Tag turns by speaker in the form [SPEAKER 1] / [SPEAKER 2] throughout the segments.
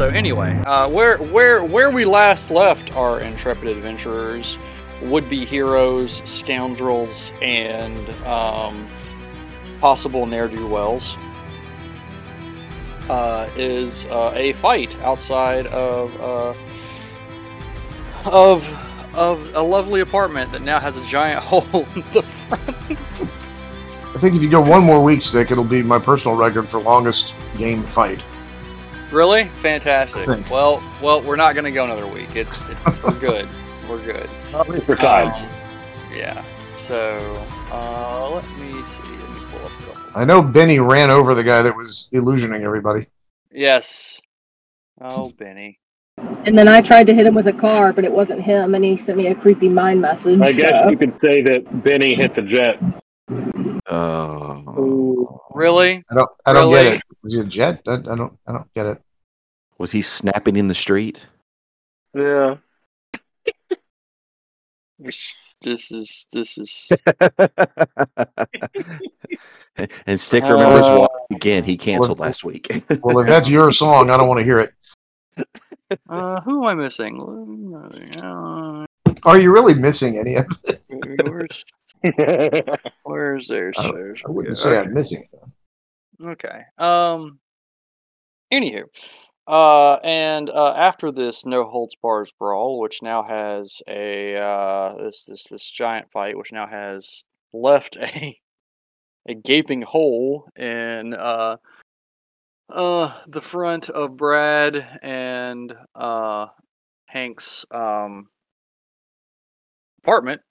[SPEAKER 1] anyway, uh, where where where we last left our intrepid adventurers, would be heroes, scoundrels, and um, possible ne'er do wells, uh, is uh, a fight outside of uh, of of a lovely apartment that now has a giant hole in the front.
[SPEAKER 2] I think if you go one more week, Stick, it'll be my personal record for longest game fight.
[SPEAKER 1] Really?
[SPEAKER 2] I
[SPEAKER 1] Fantastic.
[SPEAKER 2] think.
[SPEAKER 1] Well, well, we're not going to go another week. It's it's we're good. We're good.
[SPEAKER 3] for time.
[SPEAKER 1] Um, yeah. So uh, let me see. Let me pull up a couple.
[SPEAKER 2] I know Benny ran over the guy that was illusioning everybody.
[SPEAKER 1] Yes. Oh, Benny.
[SPEAKER 4] And then I tried to hit him with a car, but it wasn't him, and he sent me a creepy mind message.
[SPEAKER 3] I guess
[SPEAKER 4] so-
[SPEAKER 3] you could say that Benny hit the Jets.
[SPEAKER 5] Oh.
[SPEAKER 1] Really?
[SPEAKER 2] I don't. I don't get
[SPEAKER 1] Really?
[SPEAKER 2] it. Was he a jet? I, I don't. I don't get it.
[SPEAKER 5] Was he snapping in the street?
[SPEAKER 3] Yeah.
[SPEAKER 1] This is this is.
[SPEAKER 5] and Stick remembers
[SPEAKER 1] Uh,
[SPEAKER 5] why again. He canceled last week.
[SPEAKER 2] Well, if that's your song, I don't want to hear it.
[SPEAKER 1] Uh, who am I missing? Uh,
[SPEAKER 2] Are you really missing any? of it?
[SPEAKER 1] where's where's there's
[SPEAKER 2] I don't-
[SPEAKER 1] there's
[SPEAKER 2] I wouldn't say
[SPEAKER 1] okay.
[SPEAKER 2] I'm missing. it.
[SPEAKER 1] okay. Um. Anywho, uh, and uh, after this no holds bars brawl, which now has a uh, this this this giant fight, which now has left a a gaping hole in uh, uh, the front of Brad and uh, Hank's um, apartment.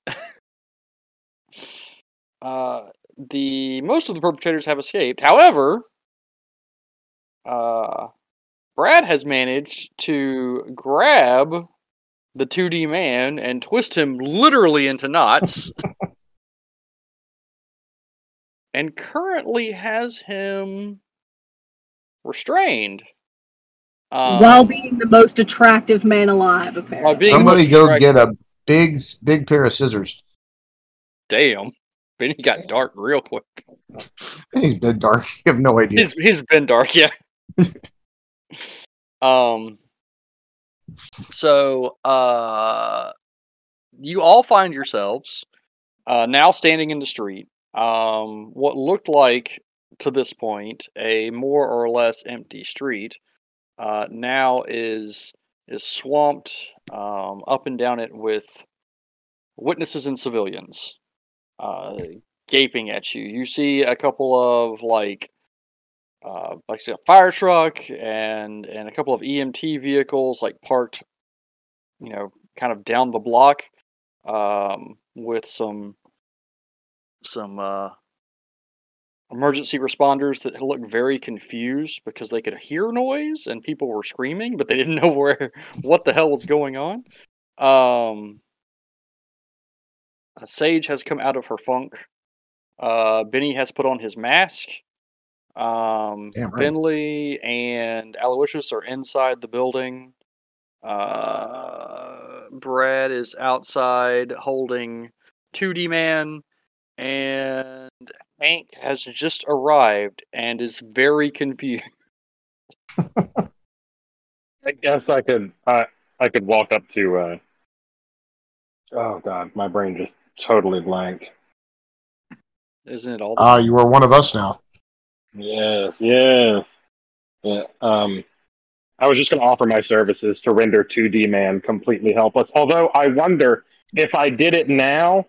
[SPEAKER 1] uh, the most of the perpetrators have escaped. However, uh, Brad has managed to grab the 2D man and twist him literally into knots. and currently has him restrained. Um,
[SPEAKER 4] while being the most attractive man alive, apparently.
[SPEAKER 1] While being-
[SPEAKER 2] Somebody
[SPEAKER 1] most
[SPEAKER 2] go
[SPEAKER 1] distracting.
[SPEAKER 2] get a big, big pair of scissors.
[SPEAKER 1] damn, Benny got dark real quick.
[SPEAKER 2] Benny's been dark. You have no idea.
[SPEAKER 1] He's he's been dark, yeah. um so uh you all find yourselves uh now standing in the street. Um what looked like to this point a more or less empty street uh now is is swamped um up and down it with witnesses and civilians uh gaping at you. You see a couple of like uh, like I said, a fire truck and and a couple of EMT vehicles like parked, you know, kind of down the block, um, with some some uh, emergency responders that looked very confused because they could hear noise and people were screaming, but they didn't know where what the hell was going on. Um, uh, Sage has come out of her funk. Uh, Benny has put on his mask. Um,
[SPEAKER 2] Damn right.
[SPEAKER 1] Finley and Aloysius are inside the building. Uh, Brad is outside holding 2D Man, and Hank has just arrived and is very confused.
[SPEAKER 3] I guess I could I I could walk up to uh Oh god, my brain just totally blank.
[SPEAKER 1] Isn't it all?
[SPEAKER 2] Ah, you are one of us now.
[SPEAKER 3] Yes, yes. Yeah, um I was just gonna offer my services to render two D man completely helpless. Although I wonder if I did it now,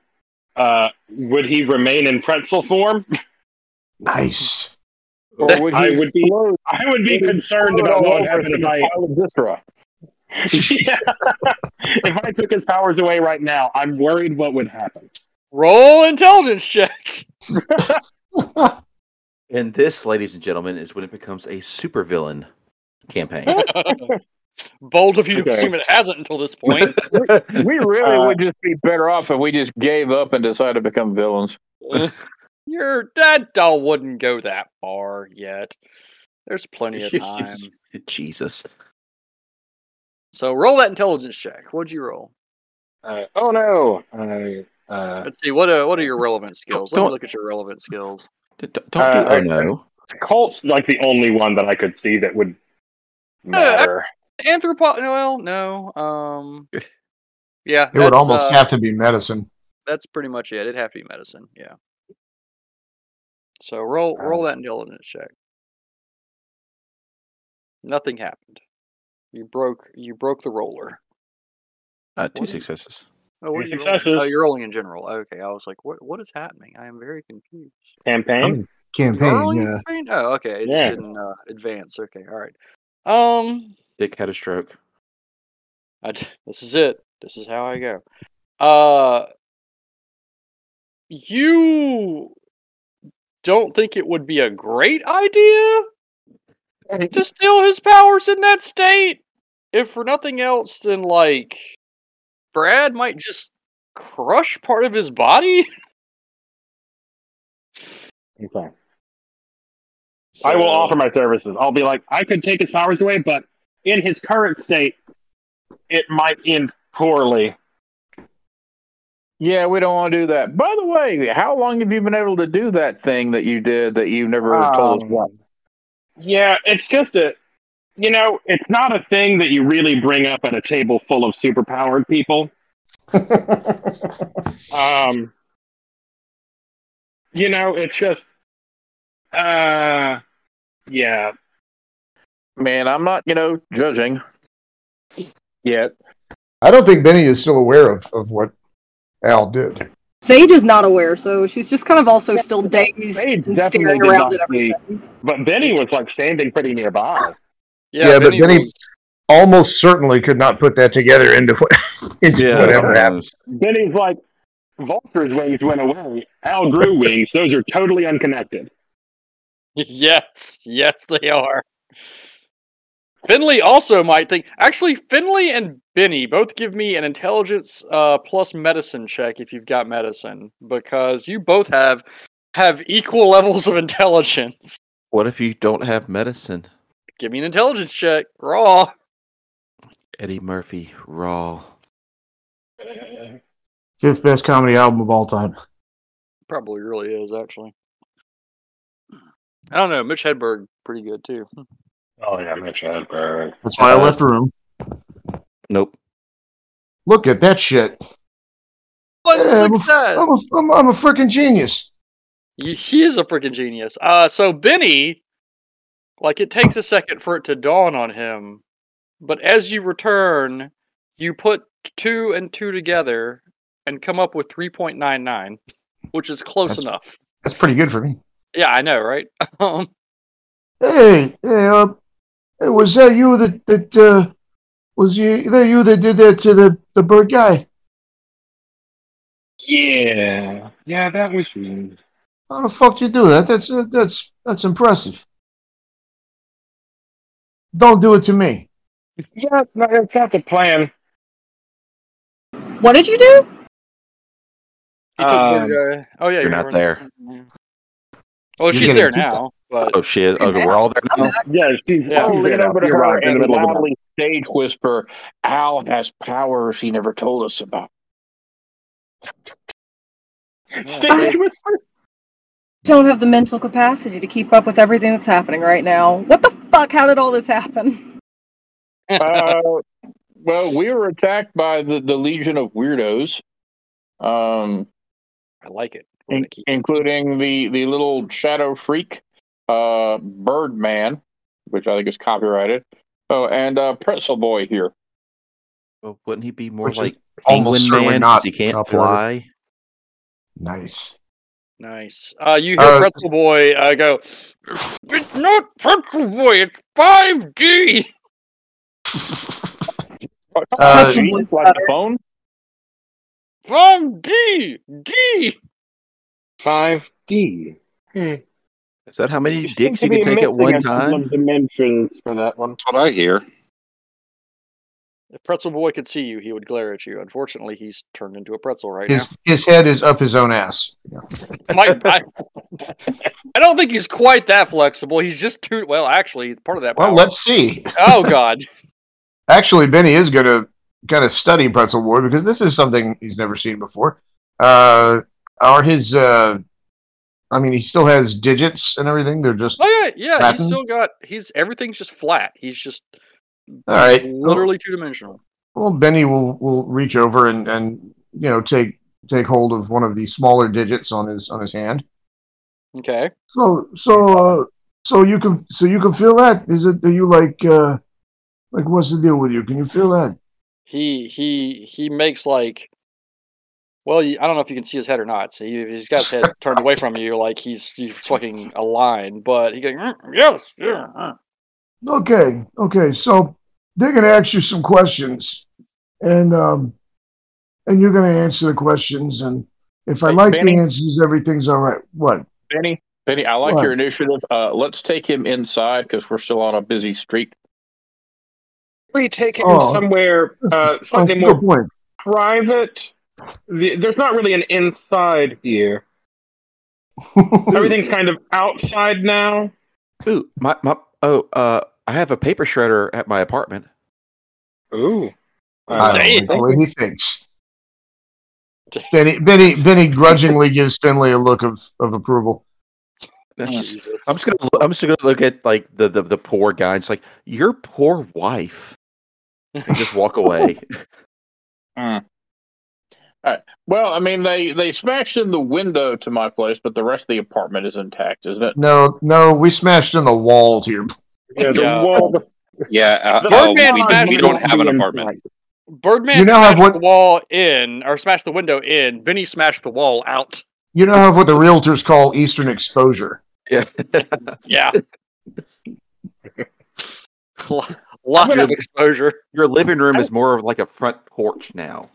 [SPEAKER 3] uh would he remain in pretzel form?
[SPEAKER 2] Nice.
[SPEAKER 6] Or would
[SPEAKER 3] I
[SPEAKER 6] he
[SPEAKER 3] would be-
[SPEAKER 6] explode?
[SPEAKER 3] I would be
[SPEAKER 6] Would he
[SPEAKER 3] concerned
[SPEAKER 6] explode
[SPEAKER 3] about
[SPEAKER 6] all
[SPEAKER 3] what would
[SPEAKER 6] over
[SPEAKER 3] happen if
[SPEAKER 6] in a
[SPEAKER 3] I
[SPEAKER 6] pile of viscera?
[SPEAKER 3] Yeah. if I took his powers away right now, I'm worried what would happen.
[SPEAKER 1] Roll intelligence check.
[SPEAKER 5] and this, ladies and gentlemen, is when it becomes a supervillain campaign.
[SPEAKER 1] Bold of you to
[SPEAKER 3] Okay.
[SPEAKER 1] assume it hasn't until this point.
[SPEAKER 6] We really
[SPEAKER 3] Uh,
[SPEAKER 6] would just be better off if we just gave up and decided to become villains.
[SPEAKER 1] Your dad doll wouldn't go that far yet. There's plenty of time.
[SPEAKER 5] Jesus.
[SPEAKER 1] so roll that intelligence check. What'd you roll?
[SPEAKER 3] Uh, oh no! I, uh,
[SPEAKER 1] Let's see. What are, what are your relevant skills? Let me
[SPEAKER 5] don't-
[SPEAKER 1] look at your relevant skills.
[SPEAKER 5] D- d- Don't
[SPEAKER 3] Uh,
[SPEAKER 5] do. Oh
[SPEAKER 3] I-
[SPEAKER 5] no.
[SPEAKER 3] Colt's like the only one that I could see that would
[SPEAKER 1] Yeah, I-
[SPEAKER 3] matter.
[SPEAKER 1] anthropo. Well, no. Um. Yeah,
[SPEAKER 2] It would
[SPEAKER 1] that's,
[SPEAKER 2] almost
[SPEAKER 1] uh,
[SPEAKER 2] have to be medicine.
[SPEAKER 1] That's pretty much it. It'd have to be medicine. Yeah. So roll roll that intelligence check. Nothing happened. You broke you broke the roller.
[SPEAKER 5] Uh, two
[SPEAKER 1] What?
[SPEAKER 5] successes.
[SPEAKER 1] Oh, what are
[SPEAKER 3] Any
[SPEAKER 1] you rolling? Oh,
[SPEAKER 3] successes?
[SPEAKER 1] you're rolling in general. Okay, I was like, what what is happening? I am very confused.
[SPEAKER 3] Campaign.
[SPEAKER 1] You're rolling
[SPEAKER 2] Campaign, yeah.
[SPEAKER 1] campaign? Oh, okay. It
[SPEAKER 3] Yeah.
[SPEAKER 1] just didn't uh, advance. Okay, all right. Um,
[SPEAKER 5] Dick had a stroke.
[SPEAKER 1] I d this is it. This is how I go. Uh, you don't think it would be a great idea to steal his powers in that state? If for nothing else, then like Brad might just crush part of his body.
[SPEAKER 3] Okay. I will
[SPEAKER 1] So-
[SPEAKER 3] offer my services. I'll be like, I could take his powers away, but in his current state, it might end poorly.
[SPEAKER 6] Yeah, we don't want to do that. By the way, how long have you been able to do that thing that you did that you never told us
[SPEAKER 3] Um,
[SPEAKER 6] what?
[SPEAKER 3] Yeah, it's just a, you know, it's not a thing that you really bring up at a table full of superpowered people. Um, you know, it's just, uh, yeah,
[SPEAKER 6] Man, I'm not, you know, judging yet.
[SPEAKER 2] I don't think Benny is still aware of, of what Al did.
[SPEAKER 4] Sage is not aware, so she's just kind of also still dazed
[SPEAKER 3] Sage
[SPEAKER 4] and
[SPEAKER 3] definitely
[SPEAKER 4] staring
[SPEAKER 3] did
[SPEAKER 4] around at
[SPEAKER 3] not see.
[SPEAKER 4] everything.
[SPEAKER 3] but Benny was like standing pretty nearby.
[SPEAKER 1] Yeah,
[SPEAKER 2] Yeah, but
[SPEAKER 1] Benny
[SPEAKER 2] Benny-
[SPEAKER 1] was-
[SPEAKER 2] Almost certainly could not put that together into, what, into
[SPEAKER 5] Uh,
[SPEAKER 2] whatever happened.
[SPEAKER 3] Benny's like, Vulture's wings went away. Al grew wings. Those are totally unconnected.
[SPEAKER 1] Yes, yes, they are. Finley also might think. Actually, Finley and Benny both give me an intelligence uh, plus medicine check if you've got medicine, because you both have have equal levels of intelligence.
[SPEAKER 5] What if you don't have medicine?
[SPEAKER 1] Give me an intelligence check, raw.
[SPEAKER 5] Eddie Murphy, raw.
[SPEAKER 2] Fifth best comedy album of all time.
[SPEAKER 1] Probably really is actually. I don't know. Mitch Hedberg, pretty good too.
[SPEAKER 3] Oh yeah, Mitch Hedberg.
[SPEAKER 2] That's why I left the room.
[SPEAKER 5] Nope.
[SPEAKER 2] Look at that shit.
[SPEAKER 1] One
[SPEAKER 2] Yeah, I'm a-
[SPEAKER 1] success.
[SPEAKER 2] I'm a, I'm, I'm a freaking genius.
[SPEAKER 1] Y- He is a freaking genius. Uh, so Benny, like it takes a second for it to dawn on him, but as you return, you put two and two together and come up with three point nine nine, which is close
[SPEAKER 2] That's-
[SPEAKER 1] enough.
[SPEAKER 2] That's pretty good for me.
[SPEAKER 1] Yeah, I know, right? Um,
[SPEAKER 2] Hey, hey, uh, hey, was that you that that uh, was you that you that did that to the the bird guy?
[SPEAKER 3] Yeah, yeah, that was me.
[SPEAKER 2] How the fuck do you do that? That's uh, that's that's impressive. Don't do it to me.
[SPEAKER 3] Yeah, no, it's not the plan.
[SPEAKER 4] What did you do?
[SPEAKER 1] he took
[SPEAKER 3] Um,
[SPEAKER 1] Borg- uh, oh yeah,
[SPEAKER 5] you're
[SPEAKER 1] you
[SPEAKER 5] not
[SPEAKER 1] were-
[SPEAKER 5] there.
[SPEAKER 1] Well,
[SPEAKER 2] You're
[SPEAKER 1] she's
[SPEAKER 2] getting
[SPEAKER 1] there
[SPEAKER 2] pizza.
[SPEAKER 1] now, but
[SPEAKER 5] Oh, shit. Okay, we're all there now.
[SPEAKER 3] Yeah, she's
[SPEAKER 1] Yeah.
[SPEAKER 3] yeah.
[SPEAKER 6] I'll lean over to
[SPEAKER 3] You're
[SPEAKER 6] her
[SPEAKER 3] right, in the
[SPEAKER 6] and
[SPEAKER 3] middle of the night.
[SPEAKER 6] loudly stage whisper, Al has powers he never told us about.
[SPEAKER 3] Stage whisper.
[SPEAKER 4] Don't have the mental capacity to keep up with everything that's happening right now. What the fuck? How did all this happen?
[SPEAKER 6] uh, well, we were attacked by the, the Legion of Weirdos, um,
[SPEAKER 1] I like it. We're gonna keep.
[SPEAKER 6] including the, the little shadow freak, uh, Birdman, which I think is copyrighted. Oh, and uh, Pretzel Boy here.
[SPEAKER 5] Well, wouldn't he be more
[SPEAKER 2] Which is
[SPEAKER 5] like Penguin
[SPEAKER 2] almost certainly
[SPEAKER 5] Man
[SPEAKER 2] not
[SPEAKER 5] because he can't
[SPEAKER 2] copyrighted.
[SPEAKER 5] fly?
[SPEAKER 2] Nice.
[SPEAKER 1] Nice. Uh, you hear
[SPEAKER 2] Uh,
[SPEAKER 1] Pretzel Boy uh, go, It's not Pretzel Boy, it's 5G!
[SPEAKER 2] Uh,
[SPEAKER 6] Pretzel Boy's like the phone.
[SPEAKER 1] 5G! D!
[SPEAKER 3] Five D.
[SPEAKER 5] Is that how many dicks you can take at one time?
[SPEAKER 3] Dimensions for that one.
[SPEAKER 7] That's what I hear.
[SPEAKER 1] If Pretzel Boy could see you, he would glare at you. Unfortunately, he's turned into a pretzel right
[SPEAKER 2] His his head is up his own ass.
[SPEAKER 1] now. Mike, I, I don't think he's quite that flexible. He's just too well. Actually, part of that.
[SPEAKER 2] Well,
[SPEAKER 1] power-
[SPEAKER 2] let's see.
[SPEAKER 1] Oh God,
[SPEAKER 2] Actually, Benny is going to kind of study Pretzel Boy because this is something he's never seen before. Uh, are his? Uh, I mean, he still has digits and everything. They're just
[SPEAKER 1] oh yeah, yeah.
[SPEAKER 2] Flattened?
[SPEAKER 1] He's still got. He's everything's just flat. He's just
[SPEAKER 2] All right.
[SPEAKER 1] Literally two dimensional.
[SPEAKER 2] Well, Benny will will reach over and and you know take take hold of one of the smaller digits on his on his hand.
[SPEAKER 1] Okay.
[SPEAKER 2] So so uh, so you can so you can feel that is it? Are you like uh, like what's the deal with you? Can you feel that?
[SPEAKER 1] He he he makes like. Well, you- I don't know if you can see his head or not. So he, he's got his head turned away from you, like he's he's fucking a line. But he goes, "Mm, yes, yeah, mm."
[SPEAKER 2] Okay, okay. So they're gonna ask you some questions, and um, and you're gonna answer the questions. And if I
[SPEAKER 6] Hey,
[SPEAKER 2] like
[SPEAKER 6] Benny?
[SPEAKER 2] the answers, everything's all right. What?
[SPEAKER 6] Benny, Benny, I like
[SPEAKER 2] What?
[SPEAKER 6] your initiative. Uh, let's take him inside because we're still on a busy street.
[SPEAKER 3] We take him
[SPEAKER 2] Oh.
[SPEAKER 3] somewhere uh,
[SPEAKER 2] Oh,
[SPEAKER 3] something
[SPEAKER 2] good
[SPEAKER 3] more
[SPEAKER 2] point.
[SPEAKER 3] private. The, there's not really an inside here. Everything's kind of outside now.
[SPEAKER 5] Ooh, my my oh, uh, I have a paper shredder at my apartment.
[SPEAKER 6] Oh,
[SPEAKER 3] Ooh.
[SPEAKER 2] I
[SPEAKER 1] Damn.
[SPEAKER 2] don't like the way he thinks. Benny, Benny, Benny grudgingly gives Finley a look of, of approval.
[SPEAKER 5] I'm just
[SPEAKER 1] Jesus.
[SPEAKER 5] gonna look, I'm just gonna look at like the, the the poor guy. It's like your poor wife, and just walk away.
[SPEAKER 6] Well, I mean, they they smashed in the window to my place, but the rest of the apartment is intact, isn't it?
[SPEAKER 2] No, no, we smashed in the wall to your.
[SPEAKER 3] Yeah, the
[SPEAKER 1] Yeah.
[SPEAKER 3] wall.
[SPEAKER 7] Yeah, uh,
[SPEAKER 3] The
[SPEAKER 7] oh,
[SPEAKER 1] Birdman
[SPEAKER 7] we,
[SPEAKER 1] smashed
[SPEAKER 7] we
[SPEAKER 1] the
[SPEAKER 7] don't have an
[SPEAKER 3] Indian
[SPEAKER 7] apartment.
[SPEAKER 1] Birdman
[SPEAKER 2] You now have
[SPEAKER 1] smashed
[SPEAKER 2] what-
[SPEAKER 1] the wall in, or smashed the window in. Benny smashed the wall out.
[SPEAKER 2] You know what the realtors call Eastern exposure.
[SPEAKER 5] yeah,
[SPEAKER 1] Yeah. Lo- Lots of exposure.
[SPEAKER 5] your living room is more of like a front porch now.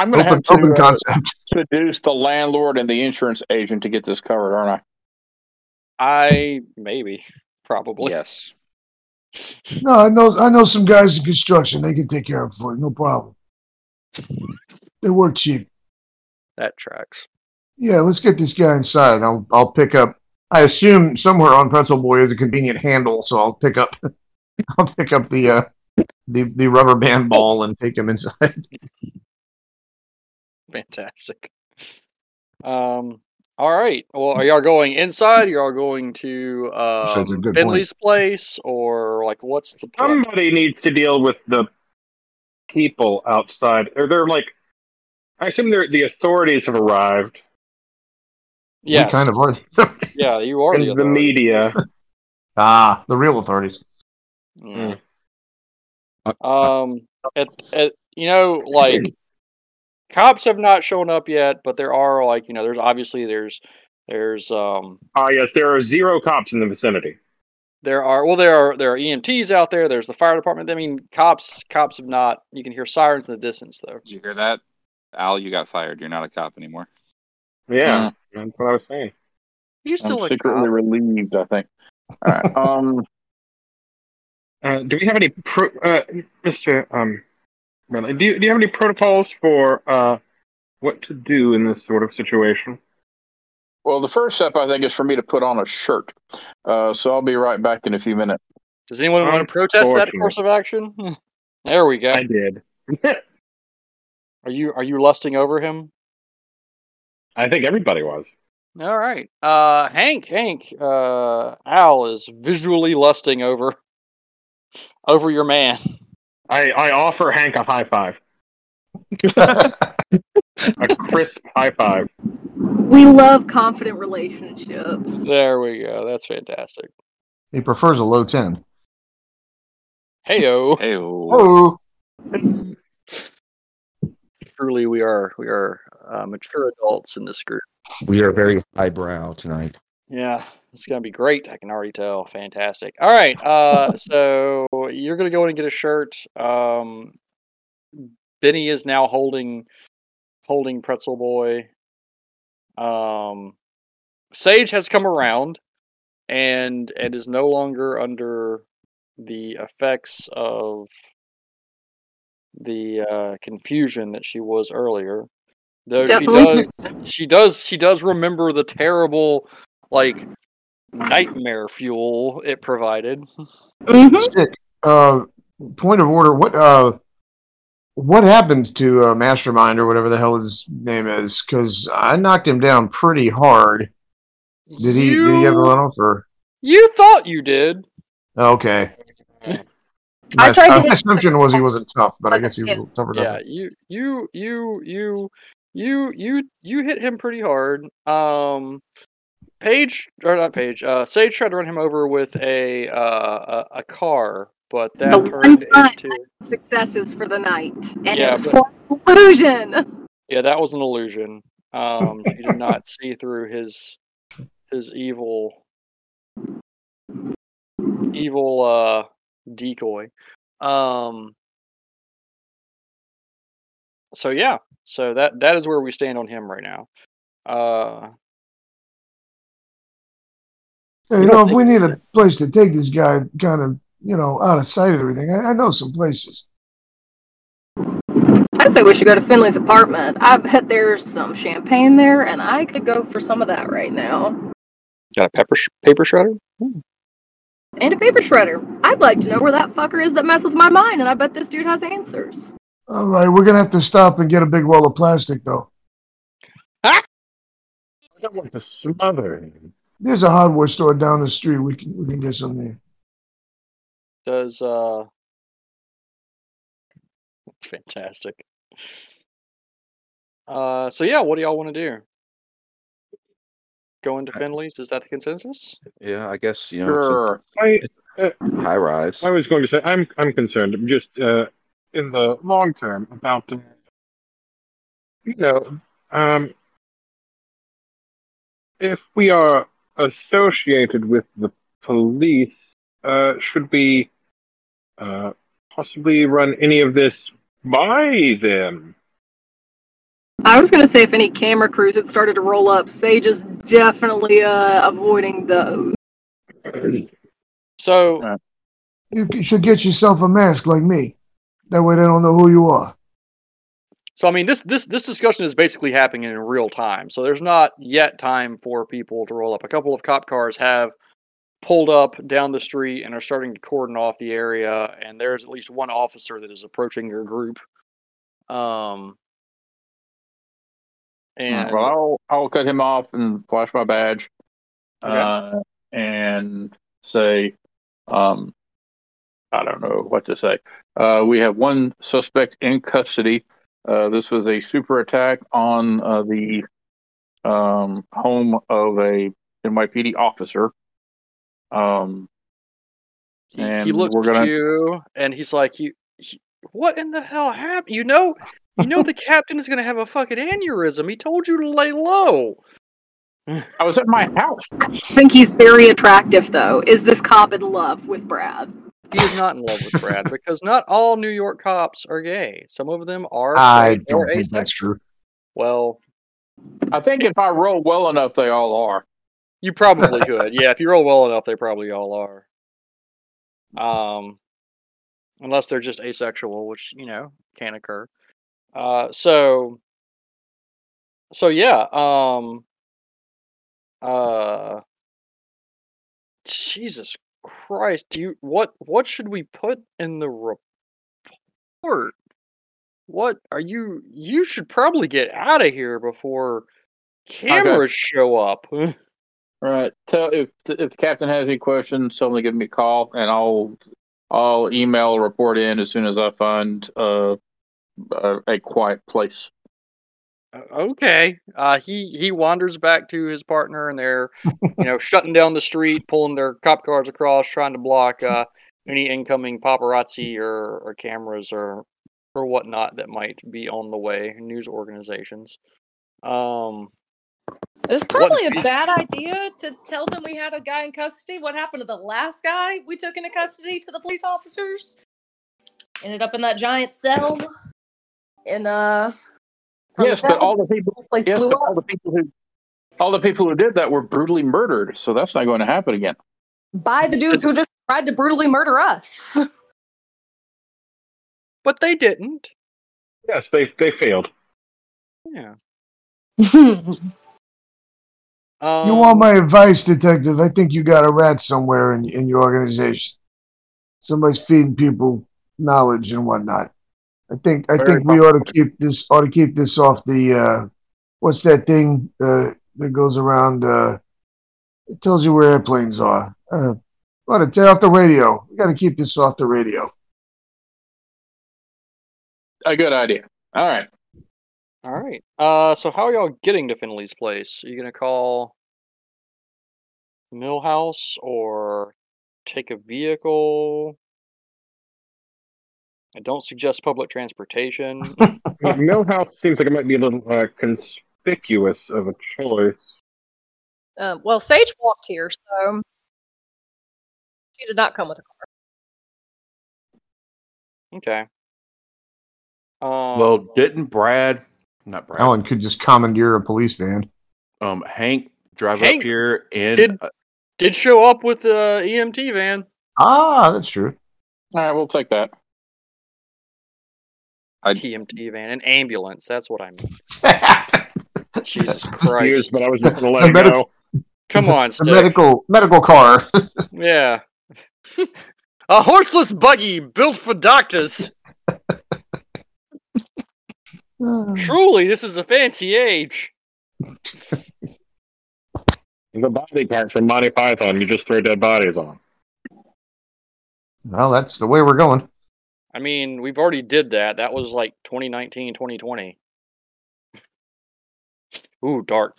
[SPEAKER 6] I'm going to
[SPEAKER 2] Open,
[SPEAKER 6] have to
[SPEAKER 2] open
[SPEAKER 6] uh,
[SPEAKER 2] concept.
[SPEAKER 6] seduce the landlord and the insurance agent to get this covered, aren't
[SPEAKER 1] I maybe probably.
[SPEAKER 7] Yes.
[SPEAKER 2] No, I know, I know some guys in construction. They can take care of it for you, no problem. They work cheap.
[SPEAKER 1] That tracks.
[SPEAKER 2] Yeah, let's get this guy inside. I'll, I'll pick up. I assume somewhere on Pretzel Boy is a convenient handle, so I'll pick up. I'll pick up the uh, the the rubber band ball and take him inside.
[SPEAKER 1] Fantastic. Um. All right. Well, are y'all going inside? You're all going to uh,
[SPEAKER 2] That's a good point.
[SPEAKER 1] Finley's place, or like what's the plan?
[SPEAKER 3] Somebody needs to deal with the people outside. They're, they're like, I assume they're, the authorities have arrived.
[SPEAKER 1] Yes.
[SPEAKER 2] We kind of are.
[SPEAKER 1] Yeah, you are
[SPEAKER 3] and
[SPEAKER 1] the
[SPEAKER 3] the
[SPEAKER 1] other.
[SPEAKER 3] media.
[SPEAKER 2] ah, the real authorities.
[SPEAKER 1] Yeah.
[SPEAKER 5] Uh,
[SPEAKER 1] Mm. Um, at, at you know, like cops have not shown up yet, but there are like you know, there's obviously there's there's um
[SPEAKER 3] Ah, yes, there are zero cops in the vicinity.
[SPEAKER 1] there are well there are there are EMTs out there. There's the fire department. I mean, cops cops have not. You can hear sirens in the distance though.
[SPEAKER 7] Did you hear that? Al, you got fired. You're not a cop anymore.
[SPEAKER 3] Yeah, that's what I was saying.
[SPEAKER 1] You're
[SPEAKER 6] I? I'm
[SPEAKER 1] still a
[SPEAKER 6] secretly
[SPEAKER 1] cop.
[SPEAKER 6] relieved. I think. All right. Um.
[SPEAKER 3] Uh, do we have any pro- uh, Mr. Um, Riley, do you, do you have any protocols for uh, what to do in this sort of situation?
[SPEAKER 6] Well, the first step I think is for me to put on a shirt. Uh, so I'll be right back in a few minutes.
[SPEAKER 1] Does anyone want to protest that course of action? There we go.
[SPEAKER 3] did.
[SPEAKER 1] Are you are you lusting over him?
[SPEAKER 3] I think everybody was.
[SPEAKER 1] All right. Uh, Hank, Hank, uh, Al is visually lusting over over your man.
[SPEAKER 3] I, I offer Hank a high five, a crisp high five.
[SPEAKER 4] We love confident relationships.
[SPEAKER 1] There we go. That's fantastic.
[SPEAKER 2] he prefers a low ten.
[SPEAKER 1] Heyo.
[SPEAKER 7] Hey,
[SPEAKER 2] Oh,
[SPEAKER 1] Truly, we are we are uh, mature adults in this group.
[SPEAKER 8] We are very highbrow tonight.
[SPEAKER 1] Yeah, it's gonna be great. I can already tell. Fantastic. All right. Uh, so you're gonna go in and get a shirt. Um, Benny is now holding holding Pretzel Boy. Um, Sage has come around, and and is no longer under the effects of the uh, confusion that she was earlier. Though she does
[SPEAKER 4] Definitely.
[SPEAKER 1] she does she does remember the terrible like nightmare fuel it provided
[SPEAKER 4] Mhm.
[SPEAKER 2] sick. Uh, point of order. What uh, what happened to uh, Mastermind or whatever the hell his name is? Because I knocked him down pretty hard. Did he?
[SPEAKER 1] you,
[SPEAKER 2] Did he ever run off? Or
[SPEAKER 1] you thought you did
[SPEAKER 2] okay.
[SPEAKER 4] I
[SPEAKER 2] My,
[SPEAKER 4] tried to
[SPEAKER 2] my
[SPEAKER 4] hit-
[SPEAKER 2] assumption was he wasn't tough, but I guess he was
[SPEAKER 4] Yeah.
[SPEAKER 2] tougher than
[SPEAKER 1] yeah you you you you you you you hit him pretty hard um Paige or not Paige, uh Sage tried to run him over with a uh a, a car but that
[SPEAKER 4] one
[SPEAKER 1] turned
[SPEAKER 4] time.
[SPEAKER 1] into
[SPEAKER 4] Successes for the night, and
[SPEAKER 1] Yeah,
[SPEAKER 4] it was
[SPEAKER 1] but-
[SPEAKER 4] for illusion.
[SPEAKER 1] yeah that was an illusion um she did not see through his his evil evil uh decoy um so yeah so that that is where we stand on him right now uh
[SPEAKER 2] You
[SPEAKER 1] You
[SPEAKER 2] know,
[SPEAKER 1] don't
[SPEAKER 2] if we
[SPEAKER 1] think
[SPEAKER 2] need
[SPEAKER 1] it's
[SPEAKER 2] a place to take this guy kind of, you know, out of sight of everything, I, I know some places.
[SPEAKER 4] I say we should go to Finley's apartment. I bet there's some champagne there, and I could go for some of that right now.
[SPEAKER 1] got a pepper sh- paper shredder
[SPEAKER 4] And a paper shredder. I'd like to know where that fucker is that messed with my mind, and I bet this dude has answers.
[SPEAKER 2] All right, we're going to have to stop and get a big roll of plastic, though.
[SPEAKER 3] I don't want to smother him.
[SPEAKER 2] There's a hardware store down the street. We can, we can get some there.
[SPEAKER 1] does uh it's fantastic uh so yeah what do y'all want to do go into finley's is that the consensus
[SPEAKER 5] Yeah, I guess you know it's a
[SPEAKER 6] Sure.
[SPEAKER 3] I,
[SPEAKER 5] high rise.
[SPEAKER 3] I was going to say I'm I'm concerned just uh, in the long term about the you know um, if we are associated with the police, uh, should we uh, possibly run any of this by them?
[SPEAKER 4] I was gonna say if any camera crews had started to roll up, Sage is definitely uh, avoiding those.
[SPEAKER 1] so
[SPEAKER 6] Uh,
[SPEAKER 2] You c- should get yourself a mask like me. That way they don't know who you are.
[SPEAKER 1] so i mean this this this discussion is basically happening in real time so there's not yet time for people to roll up a couple of cop cars have pulled up down the street and are starting to cordon off the area and there's at least one officer that is approaching your group um and
[SPEAKER 6] Hmm, well, I'll I'll cut him off and flash my badge,
[SPEAKER 1] Okay.
[SPEAKER 6] uh, and say, um, I don't know what to say. Uh, we have one suspect in custody. Uh, this was a super attack on uh, the um, home of a NYPD officer. Um,
[SPEAKER 1] He, he
[SPEAKER 6] And
[SPEAKER 1] looks
[SPEAKER 6] we're
[SPEAKER 1] at
[SPEAKER 6] gonna-
[SPEAKER 1] you and he's like, "You, he- what in the hell happened? You know, you know the captain is gonna have a fucking aneurysm. He told you to lay low."
[SPEAKER 6] I was at my house.
[SPEAKER 4] I think he's very attractive though. Is this cop in love with Brad?
[SPEAKER 1] He is not in love with Brad because not all New York cops are gay. Some of them are
[SPEAKER 2] I
[SPEAKER 1] straight or
[SPEAKER 2] don't think that's
[SPEAKER 1] asexual.
[SPEAKER 2] true.
[SPEAKER 1] Well,
[SPEAKER 6] I think if I roll well enough, they all are.
[SPEAKER 1] you probably could. Yeah, if you roll well enough, they probably all are. Um, unless they're just asexual, which you know can occur. Uh, so, so yeah. Um, uh, Jesus Christ, do you what what should we put in the report? What are you you should probably get out of here before cameras show up.
[SPEAKER 6] Right. Tell if if the captain has any questions, tell them to give me a call, and I'll I'll email a report in as soon as I find uh, a, a quiet place.
[SPEAKER 1] okay. Uh he he wanders back to his partner and they're you know shutting down the street, pulling their cop cars across trying to block uh any incoming paparazzi or, or cameras or or whatnot that might be on the way, news organizations. Um
[SPEAKER 9] It's
[SPEAKER 1] What-
[SPEAKER 9] probably a bad idea to tell them we had a guy in custody. What happened to the last guy we took into custody to the police officers? Ended up in that giant cell. And uh, from
[SPEAKER 6] Yes, but all the people.
[SPEAKER 9] the place
[SPEAKER 6] Yes,
[SPEAKER 9] blew
[SPEAKER 6] but all the
[SPEAKER 9] up.
[SPEAKER 6] people who all the people who did that were brutally murdered. So that's not going to happen again.
[SPEAKER 9] by the dudes who just tried to brutally murder us.
[SPEAKER 1] but they didn't.
[SPEAKER 3] Yes, they they failed.
[SPEAKER 1] Yeah.
[SPEAKER 9] Why
[SPEAKER 1] Um,
[SPEAKER 2] you want my advice, detective? I think you got a rat somewhere in, in your organization. Somebody's feeding people knowledge and whatnot. I think I
[SPEAKER 6] Very
[SPEAKER 2] think we ought to keep this ought to keep this off the uh, what's that thing uh, that goes around? Uh, it tells you where airplanes are. Uh, ought to tear off the radio. We got to keep this off the radio.
[SPEAKER 6] a good idea. All right.
[SPEAKER 1] All right. Uh, so how are y'all getting to Finley's place? Are you gonna call Millhouse or take a vehicle? I don't suggest public transportation.
[SPEAKER 3] Millhouse seems like it might be a little uh, conspicuous of a choice.
[SPEAKER 9] Um, well, Sage walked here, so she did not come with a car.
[SPEAKER 1] okay. Um,
[SPEAKER 5] Well, didn't Brad, not Brad,
[SPEAKER 2] Alan could just commandeer a police van.
[SPEAKER 5] um, Hank drive
[SPEAKER 1] Hank
[SPEAKER 5] up here and
[SPEAKER 1] did-
[SPEAKER 5] uh,
[SPEAKER 1] did show up with the EMT van.
[SPEAKER 2] Ah, that's true.
[SPEAKER 6] All right, we'll take that.
[SPEAKER 7] I-
[SPEAKER 1] EMT van, an ambulance. That's what I mean.
[SPEAKER 2] the
[SPEAKER 1] Jesus
[SPEAKER 3] Years,
[SPEAKER 1] Christ!
[SPEAKER 3] but I was just going to let
[SPEAKER 2] The
[SPEAKER 3] it
[SPEAKER 2] medi-
[SPEAKER 3] go.
[SPEAKER 1] Come on, Stick.
[SPEAKER 2] medical medical car.
[SPEAKER 1] Yeah. a horseless buggy built for doctors. Hmm. Truly, this is a fancy age.
[SPEAKER 3] The body part from Monty Python, you just throw dead bodies on.
[SPEAKER 2] well, that's the way we're going.
[SPEAKER 1] I mean, we've already did that. That was like 2019, 2020. Ooh, dark.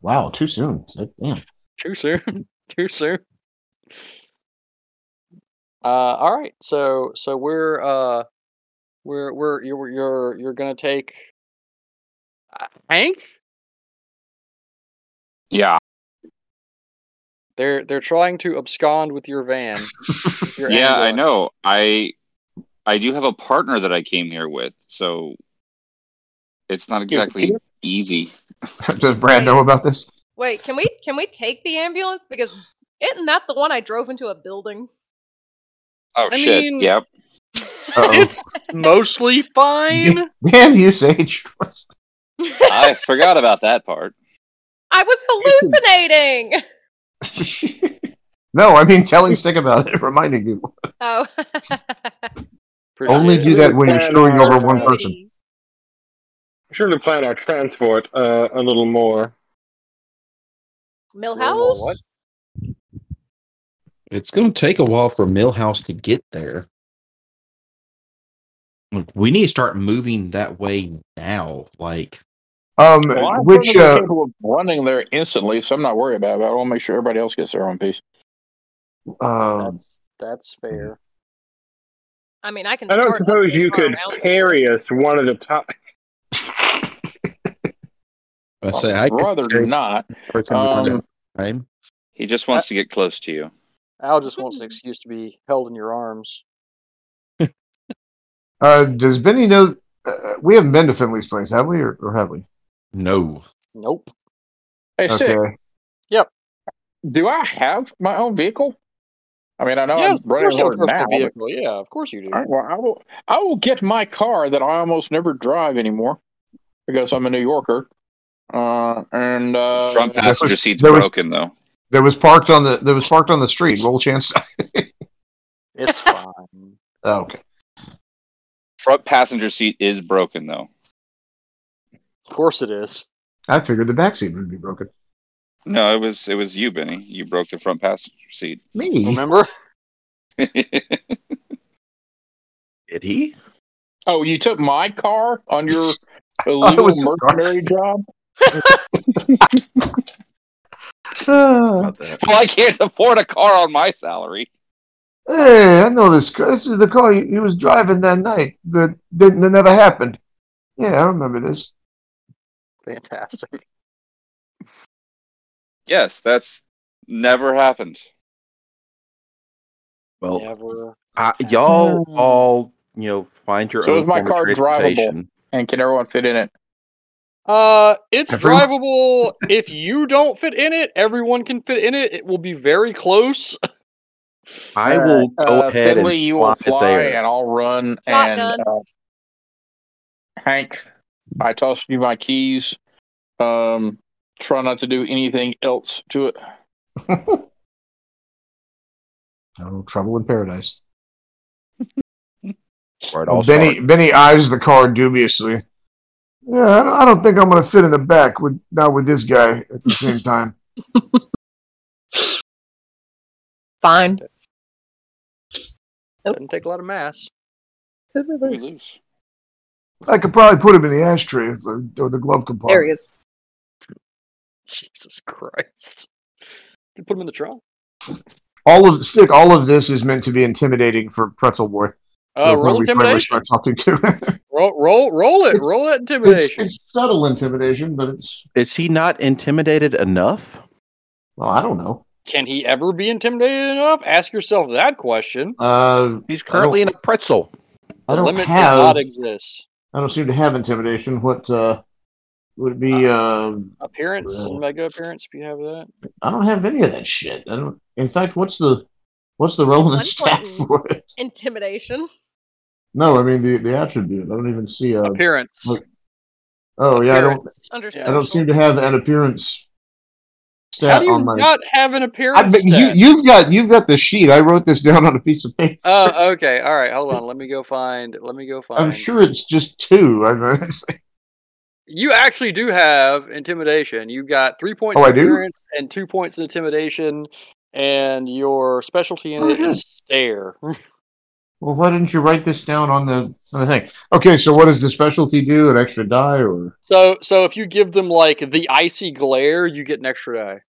[SPEAKER 2] Wow, too soon. It's like, Damn.
[SPEAKER 1] Too soon. Too soon. Uh, all right. So, so we're uh, we're we're you're you're you're gonna take uh, Hank.
[SPEAKER 7] Yeah.
[SPEAKER 1] They're they're trying to abscond with your van. with your
[SPEAKER 7] Yeah, I
[SPEAKER 1] ambulance.
[SPEAKER 7] know. I I do have a partner that I came here with, so it's not exactly easy.
[SPEAKER 2] Does Brad know about this?
[SPEAKER 9] Wait, can we can we take the ambulance? Because isn't that the one I drove into a building?
[SPEAKER 7] Oh
[SPEAKER 1] I
[SPEAKER 7] shit.
[SPEAKER 1] mean-
[SPEAKER 7] yep.
[SPEAKER 2] Uh-oh.
[SPEAKER 1] It's mostly fine.
[SPEAKER 2] Damn you, Sage.
[SPEAKER 7] I forgot about that part.
[SPEAKER 9] I was hallucinating.
[SPEAKER 2] no, I mean telling Stick about it, reminding you.
[SPEAKER 9] Oh,
[SPEAKER 1] Pretty
[SPEAKER 2] Only
[SPEAKER 1] good.
[SPEAKER 2] do that when you're showing over one person.
[SPEAKER 9] Maybe.
[SPEAKER 3] Should have planned our transport uh, a little more.
[SPEAKER 1] Little
[SPEAKER 9] Millhouse.
[SPEAKER 1] more what?
[SPEAKER 8] It's going to take a while for Millhouse to get there. Like, we need to start moving that way now. Like,
[SPEAKER 2] Um,
[SPEAKER 6] Well, I'm
[SPEAKER 2] which
[SPEAKER 6] perfectly
[SPEAKER 2] uh,
[SPEAKER 6] capable of running there instantly, so I'm not worried about it. But I want to make sure everybody else gets their own piece.
[SPEAKER 2] um,
[SPEAKER 1] That's that's fair.
[SPEAKER 9] I mean, I can.
[SPEAKER 3] I don't
[SPEAKER 9] start
[SPEAKER 3] suppose
[SPEAKER 9] upstairs
[SPEAKER 3] you could
[SPEAKER 9] tomorrow mountain.
[SPEAKER 3] carry us one at a time.
[SPEAKER 8] I say, I could
[SPEAKER 6] rather
[SPEAKER 8] carry
[SPEAKER 6] not.
[SPEAKER 8] person one at
[SPEAKER 6] Um,
[SPEAKER 8] a time.
[SPEAKER 7] He just wants to get close to you.
[SPEAKER 1] Al just wants an excuse to be held in your arms.
[SPEAKER 2] uh, does Benny know? Uh, we haven't been to Finley's place, have we, or, or have we?
[SPEAKER 8] No.
[SPEAKER 1] Nope.
[SPEAKER 6] Hey,
[SPEAKER 2] Okay.
[SPEAKER 6] Stick, do I have my own vehicle? I mean, I know
[SPEAKER 1] Yes,
[SPEAKER 6] I'm
[SPEAKER 1] of course
[SPEAKER 6] running
[SPEAKER 1] you have a
[SPEAKER 6] hard now.
[SPEAKER 1] personal
[SPEAKER 6] but-
[SPEAKER 1] vehicle. Yeah, of course you do.
[SPEAKER 6] All right, well, I will. I will get my car that I almost never drive anymore because I'm a New Yorker. Uh, and uh,
[SPEAKER 7] Front passenger seat's
[SPEAKER 2] there was-
[SPEAKER 7] broken though.
[SPEAKER 2] That was parked on the that was parked on the street. Roll chance.
[SPEAKER 1] It's fine.
[SPEAKER 2] Oh, okay.
[SPEAKER 7] Front passenger seat is broken though.
[SPEAKER 1] Of course it is.
[SPEAKER 2] I figured the back seat would be broken.
[SPEAKER 7] No, it was it was you, Benny. You broke the front passenger seat.
[SPEAKER 2] Me.
[SPEAKER 1] Remember?
[SPEAKER 5] Did he?
[SPEAKER 6] oh, you took my car on your
[SPEAKER 2] it
[SPEAKER 6] illegal
[SPEAKER 2] was his car.
[SPEAKER 6] mercenary job?
[SPEAKER 2] Uh,
[SPEAKER 5] About that.
[SPEAKER 7] well, I can't afford a car on my salary.
[SPEAKER 2] hey, I know this. car. This is the car he, he was driving that night, but didn't it never happened. Yeah, I remember this.
[SPEAKER 1] Fantastic.
[SPEAKER 7] Yes, that's never happened.
[SPEAKER 6] Oh.
[SPEAKER 5] Well,
[SPEAKER 1] Never.
[SPEAKER 5] I, y'all all you know find your
[SPEAKER 6] So
[SPEAKER 5] own
[SPEAKER 6] is my
[SPEAKER 5] form
[SPEAKER 6] car
[SPEAKER 5] of
[SPEAKER 6] drivable?
[SPEAKER 5] transportation.
[SPEAKER 6] And can everyone fit in it?
[SPEAKER 1] Uh, it's
[SPEAKER 2] Everyone-
[SPEAKER 1] drivable. if you don't fit in it, everyone can fit in it. It will be very close.
[SPEAKER 5] I
[SPEAKER 6] All
[SPEAKER 5] will
[SPEAKER 6] right,
[SPEAKER 5] go
[SPEAKER 6] uh,
[SPEAKER 5] ahead
[SPEAKER 6] Finley,
[SPEAKER 5] and
[SPEAKER 6] you
[SPEAKER 5] fly
[SPEAKER 6] will fly,
[SPEAKER 5] there.
[SPEAKER 6] and I'll run.
[SPEAKER 9] Shotgun.
[SPEAKER 6] And uh, Hank, I toss you my keys. Um, try not to do anything else to it.
[SPEAKER 2] Oh, trouble in paradise.
[SPEAKER 5] Where it
[SPEAKER 2] Well,
[SPEAKER 5] all
[SPEAKER 2] Benny
[SPEAKER 5] started.
[SPEAKER 2] Benny eyes the car dubiously. Yeah, I don't, I don't think I'm gonna fit in the back with not with this guy at the same time.
[SPEAKER 9] Fine.
[SPEAKER 1] Doesn't take a lot of mass.
[SPEAKER 7] Who do we lose?
[SPEAKER 2] I could probably put him in the ashtray or, or the glove
[SPEAKER 4] There he
[SPEAKER 2] compartment.
[SPEAKER 4] is.
[SPEAKER 1] Jesus Christ. You put him in the trunk.
[SPEAKER 2] All of stick. All of this is meant to be intimidating for Pretzel Boy.
[SPEAKER 1] Uh,
[SPEAKER 2] the point
[SPEAKER 1] roll
[SPEAKER 2] we finally
[SPEAKER 1] intimidation.
[SPEAKER 2] start talking to.
[SPEAKER 1] Roll, roll, roll it.
[SPEAKER 2] It's-
[SPEAKER 1] Roll that
[SPEAKER 2] it's,
[SPEAKER 1] intimidation.
[SPEAKER 2] it's subtle intimidation, but it's
[SPEAKER 5] Is he not intimidated enough?
[SPEAKER 2] well, I don't know.
[SPEAKER 1] Can he ever be intimidated enough? Ask yourself that question.
[SPEAKER 2] Uh,
[SPEAKER 5] He's currently in a pretzel.
[SPEAKER 2] I
[SPEAKER 1] The
[SPEAKER 2] don't
[SPEAKER 1] limit
[SPEAKER 2] have.
[SPEAKER 1] does not exist.
[SPEAKER 2] I don't seem to have intimidation. What uh, would it be? Uh,
[SPEAKER 1] Appearance,
[SPEAKER 2] Uh,
[SPEAKER 1] mega appearance. If you have that,
[SPEAKER 2] I don't have any of that shit. I don't. In fact, what's the what's the relevant
[SPEAKER 9] One
[SPEAKER 2] stat
[SPEAKER 9] button.
[SPEAKER 2] for it?
[SPEAKER 9] Intimidation.
[SPEAKER 2] No, I mean the the attribute. I don't even see a.
[SPEAKER 1] appearance.
[SPEAKER 2] look, oh yeah, I don't.
[SPEAKER 1] Appearance.
[SPEAKER 9] Under
[SPEAKER 1] Yeah.
[SPEAKER 2] I don't
[SPEAKER 9] social.
[SPEAKER 2] seem to have an appearance
[SPEAKER 1] How
[SPEAKER 2] stat
[SPEAKER 1] do you
[SPEAKER 2] on my.
[SPEAKER 1] not have an
[SPEAKER 2] I,
[SPEAKER 1] appearance?
[SPEAKER 2] but you
[SPEAKER 1] stat?
[SPEAKER 2] you've got you've got the sheet. I wrote this down on a piece of paper.
[SPEAKER 1] Oh, okay. All right. Hold on. Let me go find. Let me go find.
[SPEAKER 2] I'm sure it's just two. I mean, it's-
[SPEAKER 1] You actually do have intimidation. You've got three points
[SPEAKER 2] Oh,
[SPEAKER 1] in
[SPEAKER 2] I do?
[SPEAKER 1] appearance and two points in intimidation, and your specialty in
[SPEAKER 2] Oh,
[SPEAKER 1] it
[SPEAKER 2] good.
[SPEAKER 1] is stare.
[SPEAKER 2] well, why didn't you write this down on the, on the thing? Okay, so what does the specialty do? An extra die or?
[SPEAKER 1] So, so if you give them like the icy glare, you get an extra die.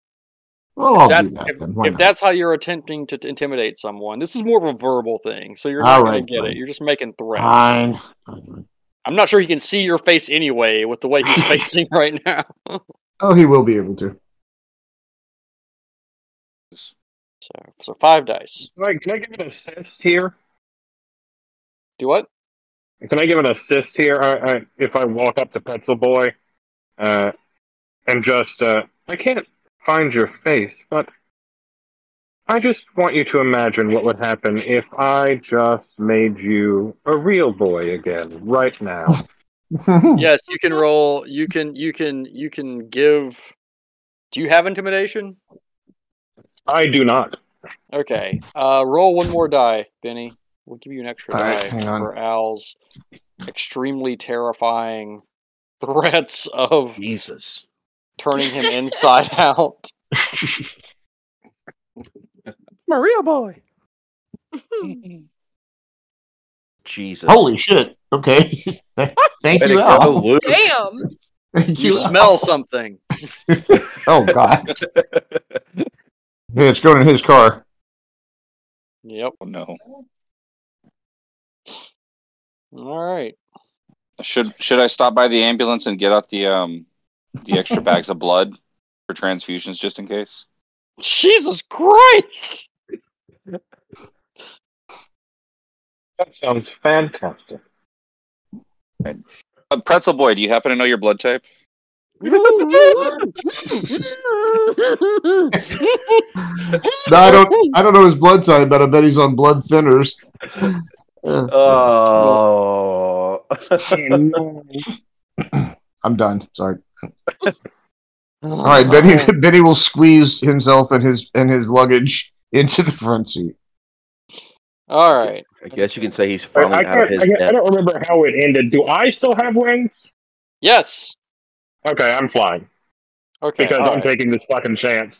[SPEAKER 2] Well, Oh, I'll
[SPEAKER 1] that's
[SPEAKER 2] do that.
[SPEAKER 1] if,
[SPEAKER 2] then. Why
[SPEAKER 1] if
[SPEAKER 2] not?
[SPEAKER 1] that's how you're attempting to t- intimidate someone. This is more of a verbal thing, so you're
[SPEAKER 2] All
[SPEAKER 1] not going
[SPEAKER 2] right,
[SPEAKER 1] to get
[SPEAKER 2] fine.
[SPEAKER 1] it. You're just making threats.
[SPEAKER 2] Fine. Fine.
[SPEAKER 1] I'm not sure he can see your face anyway with the way he's facing right now.
[SPEAKER 2] Oh, he will be able to.
[SPEAKER 1] So, so five dice.
[SPEAKER 3] Like, can I give an assist here?
[SPEAKER 1] Do what?
[SPEAKER 3] Can I give an assist here? I, I, if I walk up to Pretzel Boy, uh, and just uh, I can't find your face, but I just want you to imagine what would happen if I just made you a real boy again, right now.
[SPEAKER 1] Yes, you can roll. You can. You can. You can give. Do you have intimidation?
[SPEAKER 3] I do not.
[SPEAKER 1] Okay. Uh, roll one more die, Benny. We'll give you an extra
[SPEAKER 2] All right,
[SPEAKER 1] die
[SPEAKER 2] hang on.
[SPEAKER 1] for Al's extremely terrifying threats of
[SPEAKER 5] Jesus.
[SPEAKER 1] turning him inside out.
[SPEAKER 5] Maria boy. Jesus.
[SPEAKER 2] Holy shit. Okay. Thank thank
[SPEAKER 5] Way to
[SPEAKER 2] you,
[SPEAKER 5] go,
[SPEAKER 2] Al.
[SPEAKER 5] Luke.
[SPEAKER 9] Damn.
[SPEAKER 2] Thank
[SPEAKER 1] You
[SPEAKER 2] Al.
[SPEAKER 1] smell something.
[SPEAKER 2] Oh, God. Hey, it's going in his car.
[SPEAKER 1] Yep.
[SPEAKER 7] Oh no.
[SPEAKER 1] All right.
[SPEAKER 7] Should should I stop by the ambulance and get out the um the extra bags of blood for transfusions just in case?
[SPEAKER 1] Jesus Christ!
[SPEAKER 3] That sounds fantastic.
[SPEAKER 7] Uh, Pretzel boy, do you happen to know your blood type?
[SPEAKER 2] No, I don't. I don't know his blood type, but I bet he's on blood thinners. Uh,
[SPEAKER 5] Oh.
[SPEAKER 2] I'm done. Sorry.
[SPEAKER 1] Oh,
[SPEAKER 2] All right, Benny. Benny will squeeze himself and his and his luggage into the front seat.
[SPEAKER 1] All right.
[SPEAKER 5] I guess you can say he's
[SPEAKER 3] I,
[SPEAKER 5] finally
[SPEAKER 3] I
[SPEAKER 5] out of
[SPEAKER 3] can't, I,
[SPEAKER 5] his
[SPEAKER 3] can't-
[SPEAKER 5] depth.
[SPEAKER 3] I don't remember how it ended. Do I still have wings?
[SPEAKER 1] Yes.
[SPEAKER 3] Okay, I'm flying
[SPEAKER 1] Okay.
[SPEAKER 3] because
[SPEAKER 1] all
[SPEAKER 3] I'm
[SPEAKER 1] right.
[SPEAKER 3] taking this fucking chance.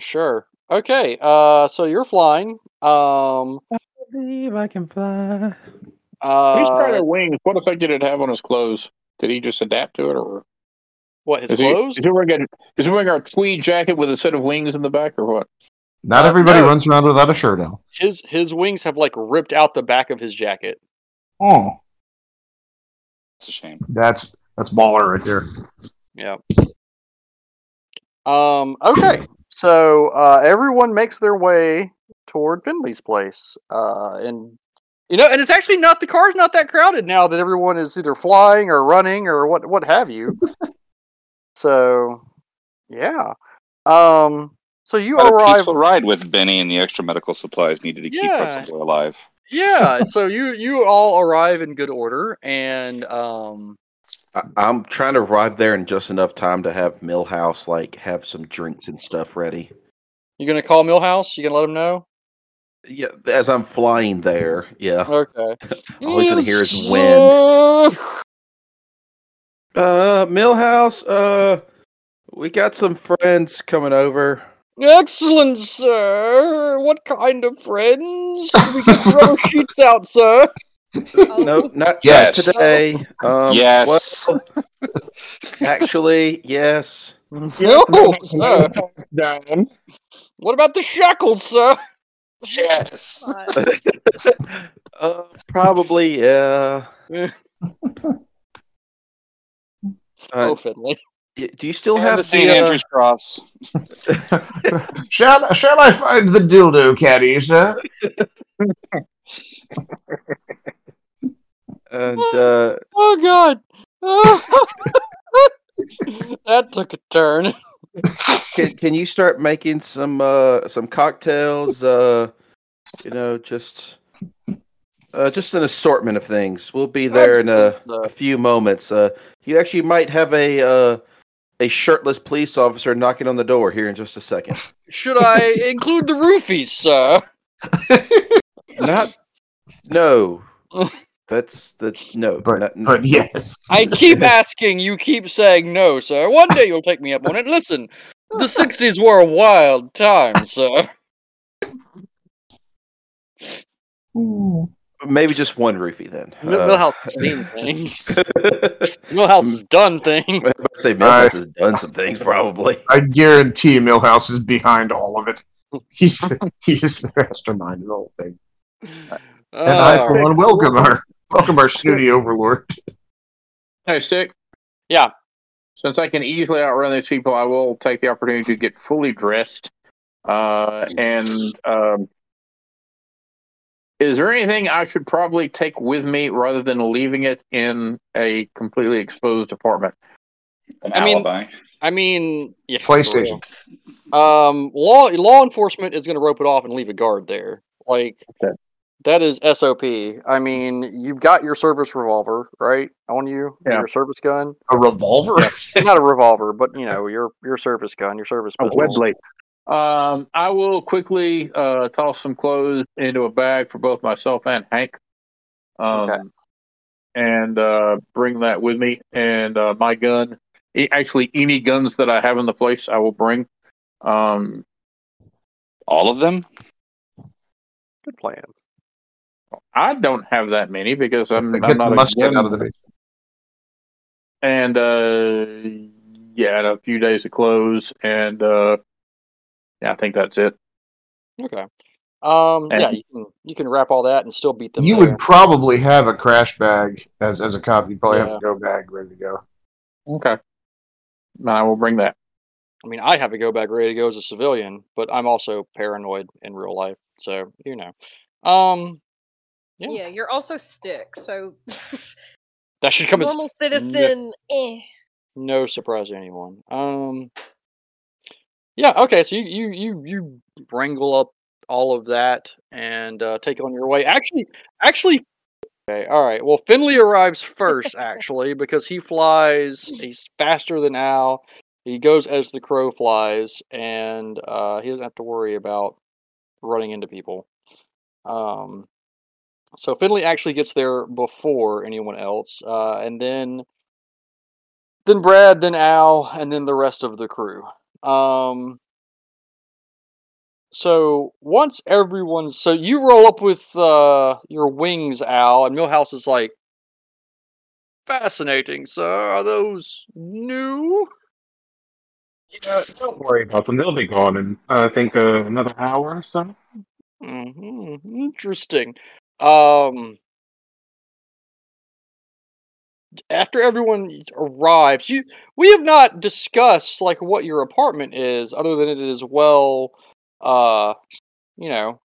[SPEAKER 1] Sure. Okay. Uh, so you're flying. Um.
[SPEAKER 5] believe I can fly.
[SPEAKER 6] He's trying
[SPEAKER 1] Uh.
[SPEAKER 6] to wings. What effect did it have on his clothes? Did he just adapt to it, or
[SPEAKER 1] What? His
[SPEAKER 6] is he,
[SPEAKER 1] clothes?
[SPEAKER 6] is he wearing a, is he wearing a tweed jacket with a set of wings in the back, or what?
[SPEAKER 2] Not
[SPEAKER 1] Uh,
[SPEAKER 2] everybody
[SPEAKER 1] no.
[SPEAKER 2] runs around without a shirt, Al.
[SPEAKER 1] His his wings have like ripped out the back of his jacket.
[SPEAKER 2] Oh,
[SPEAKER 7] That's a shame.
[SPEAKER 2] that's that's baller right there.
[SPEAKER 1] Yeah. Um. Okay. So uh, everyone makes their way toward Finley's place. Uh. And you know, and it's actually not the car's not that crowded now that everyone is either flying or running or what what have you. so, yeah. Um. So you
[SPEAKER 7] Had a
[SPEAKER 1] arrive
[SPEAKER 7] peaceful ride with Benny and the extra medical supplies needed to keep
[SPEAKER 1] Yeah.
[SPEAKER 7] Pretzel boy alive.
[SPEAKER 1] yeah so you you all arrive in good order and um
[SPEAKER 5] I, I'm trying to arrive there in just enough time to have Millhouse like have some drinks and stuff ready.
[SPEAKER 1] you gonna call millhouse you gonna let him know
[SPEAKER 5] Yeah, as I'm flying there, yeah.
[SPEAKER 1] okay
[SPEAKER 5] Uh, All he's gonna hear is wind. Uh, Millhouse, uh, we got some friends coming over.
[SPEAKER 1] excellent sir what kind of friends Did we get throw sheets out sir
[SPEAKER 9] Oh,
[SPEAKER 5] No, not
[SPEAKER 7] Yes.
[SPEAKER 5] not today. Um,
[SPEAKER 7] Yes.
[SPEAKER 5] well, actually, yes.
[SPEAKER 1] No,
[SPEAKER 3] No
[SPEAKER 1] sir.
[SPEAKER 3] touchdown.
[SPEAKER 1] What about the shackles, sir?
[SPEAKER 7] Yes.
[SPEAKER 9] But
[SPEAKER 5] Uh, probably, yeah.
[SPEAKER 1] Eh.
[SPEAKER 5] Uh,
[SPEAKER 1] oh, Finley.
[SPEAKER 5] y- do you still
[SPEAKER 7] And
[SPEAKER 5] have
[SPEAKER 7] the St.
[SPEAKER 5] uh,
[SPEAKER 7] Andrew's Cross.
[SPEAKER 2] Shall Shall I find the dildo caddy, sir?
[SPEAKER 5] and uh,
[SPEAKER 1] Oh God. that took a turn.
[SPEAKER 5] can can you start making some uh some cocktails uh you know just uh just an assortment of things we'll be there uh, in a, a few moments uh you actually might have a uh a shirtless police officer knocking on the door here in just a second
[SPEAKER 1] Should I include the roofies, sir?
[SPEAKER 5] not no that's that's no
[SPEAKER 2] But
[SPEAKER 5] not- n-
[SPEAKER 2] but yes,
[SPEAKER 1] I keep asking, you keep saying no, sir. One day you'll take me up on it. Listen, the 60s were a wild time, sir.
[SPEAKER 5] maybe just one roofie then
[SPEAKER 1] Mil-
[SPEAKER 5] Uh,
[SPEAKER 1] Millhouse has seen things. Millhouse has done things.
[SPEAKER 5] I was about to say Milhouse has done some things probably
[SPEAKER 2] I guarantee Millhouse is behind all of it. He's the, he is the mastermind of the whole thing. And I,
[SPEAKER 1] Uh,
[SPEAKER 2] for one, welcome our welcome our studio overlord.
[SPEAKER 6] Hey, Stick.
[SPEAKER 1] Yeah.
[SPEAKER 6] Since I can easily outrun these people, I will take the opportunity to get fully dressed. Uh, and um, is there anything I should probably take with me rather than leaving it in a completely exposed apartment?
[SPEAKER 7] An
[SPEAKER 1] I mean-
[SPEAKER 7] alibi.
[SPEAKER 1] I mean, yeah, for
[SPEAKER 2] PlayStation.
[SPEAKER 1] real. Um, law law enforcement is going to rope it off and leave a guard there. Like
[SPEAKER 3] Okay.
[SPEAKER 1] that is SOP. I mean, you've got your service revolver right on you,
[SPEAKER 6] Yeah.
[SPEAKER 1] your service gun.
[SPEAKER 2] A revolver?
[SPEAKER 1] Not a revolver, but you know your your service gun, your service
[SPEAKER 3] Oh,
[SPEAKER 1] pistol.
[SPEAKER 3] Webley.
[SPEAKER 6] Um, I will quickly uh, toss some clothes into a bag for both myself and Hank. Um,
[SPEAKER 1] Okay.
[SPEAKER 6] And uh, bring that with me. And uh, my gun, e- actually, any guns that I have in the place, I will bring. Um,
[SPEAKER 7] All of them?
[SPEAKER 1] Good plan.
[SPEAKER 6] I don't have that many because I'm,
[SPEAKER 2] Get
[SPEAKER 6] I'm
[SPEAKER 2] the
[SPEAKER 6] not a
[SPEAKER 2] musket
[SPEAKER 6] gun.
[SPEAKER 2] out of the basement.
[SPEAKER 6] and uh, yeah, and a few days of clothes. And uh, yeah, I think that's it.
[SPEAKER 1] Okay. Um,
[SPEAKER 6] And-
[SPEAKER 1] yeah, you can you can wrap all that and still beat them.
[SPEAKER 2] You
[SPEAKER 1] there.
[SPEAKER 2] would probably have a crash bag as as a cop. You probably have
[SPEAKER 1] Yeah.
[SPEAKER 2] a go bag ready to go.
[SPEAKER 6] Okay. And I will bring that.
[SPEAKER 1] I mean, I have a go back ready to go as a civilian, but I'm also paranoid in real life, so you know. Um, Yeah.
[SPEAKER 9] yeah, you're also stick, so
[SPEAKER 1] that should come as
[SPEAKER 9] normal citizen. Eh.
[SPEAKER 1] no surprise to anyone. Um, yeah, okay, so you you you you wrangle up all of that and uh, take on your way. Actually, actually, okay, all right. Well, Finley arrives first, actually, because he flies. He's faster than Al. He goes as the crow flies, and uh, he doesn't have to worry about running into people. Um, so Finley actually gets there before anyone else, uh, and then then Brad, then Al, and then the rest of the crew. Um, so once everyone's so you roll up with uh, your wings, Al, and Millhouse is like, "Fascinating, sir. Are those new?"
[SPEAKER 3] Yeah, don't worry about them. They'll be gone in, I think, uh, another hour or so.
[SPEAKER 1] hmm Interesting. Um, after everyone arrives, you we have not discussed like what your apartment is, other than it is well, uh, you know,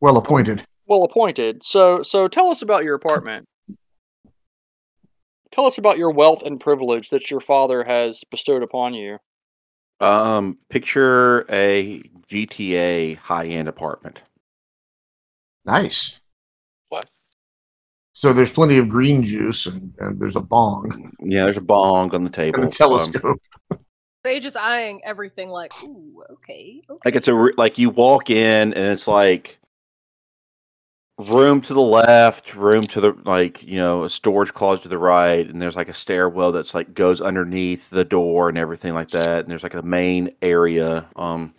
[SPEAKER 2] Well appointed.
[SPEAKER 1] well appointed. So, so tell us about your apartment. Tell us about your wealth and privilege that your father has bestowed upon you.
[SPEAKER 5] Um, picture a GTA high end apartment.
[SPEAKER 2] Nice.
[SPEAKER 7] What?
[SPEAKER 2] So there's plenty of green juice and, and there's a bong
[SPEAKER 5] Yeah, there's a bong on the
[SPEAKER 2] and
[SPEAKER 5] table. Um,
[SPEAKER 2] a telescope.
[SPEAKER 9] Sage is eyeing everything like, ooh, okay. okay.
[SPEAKER 5] like it's a re- like you walk in and it's like room to the left, room to the like you know a storage closet to the right, and there's like a stairwell that's like goes underneath the door and everything like that. And there's like a main area. Um,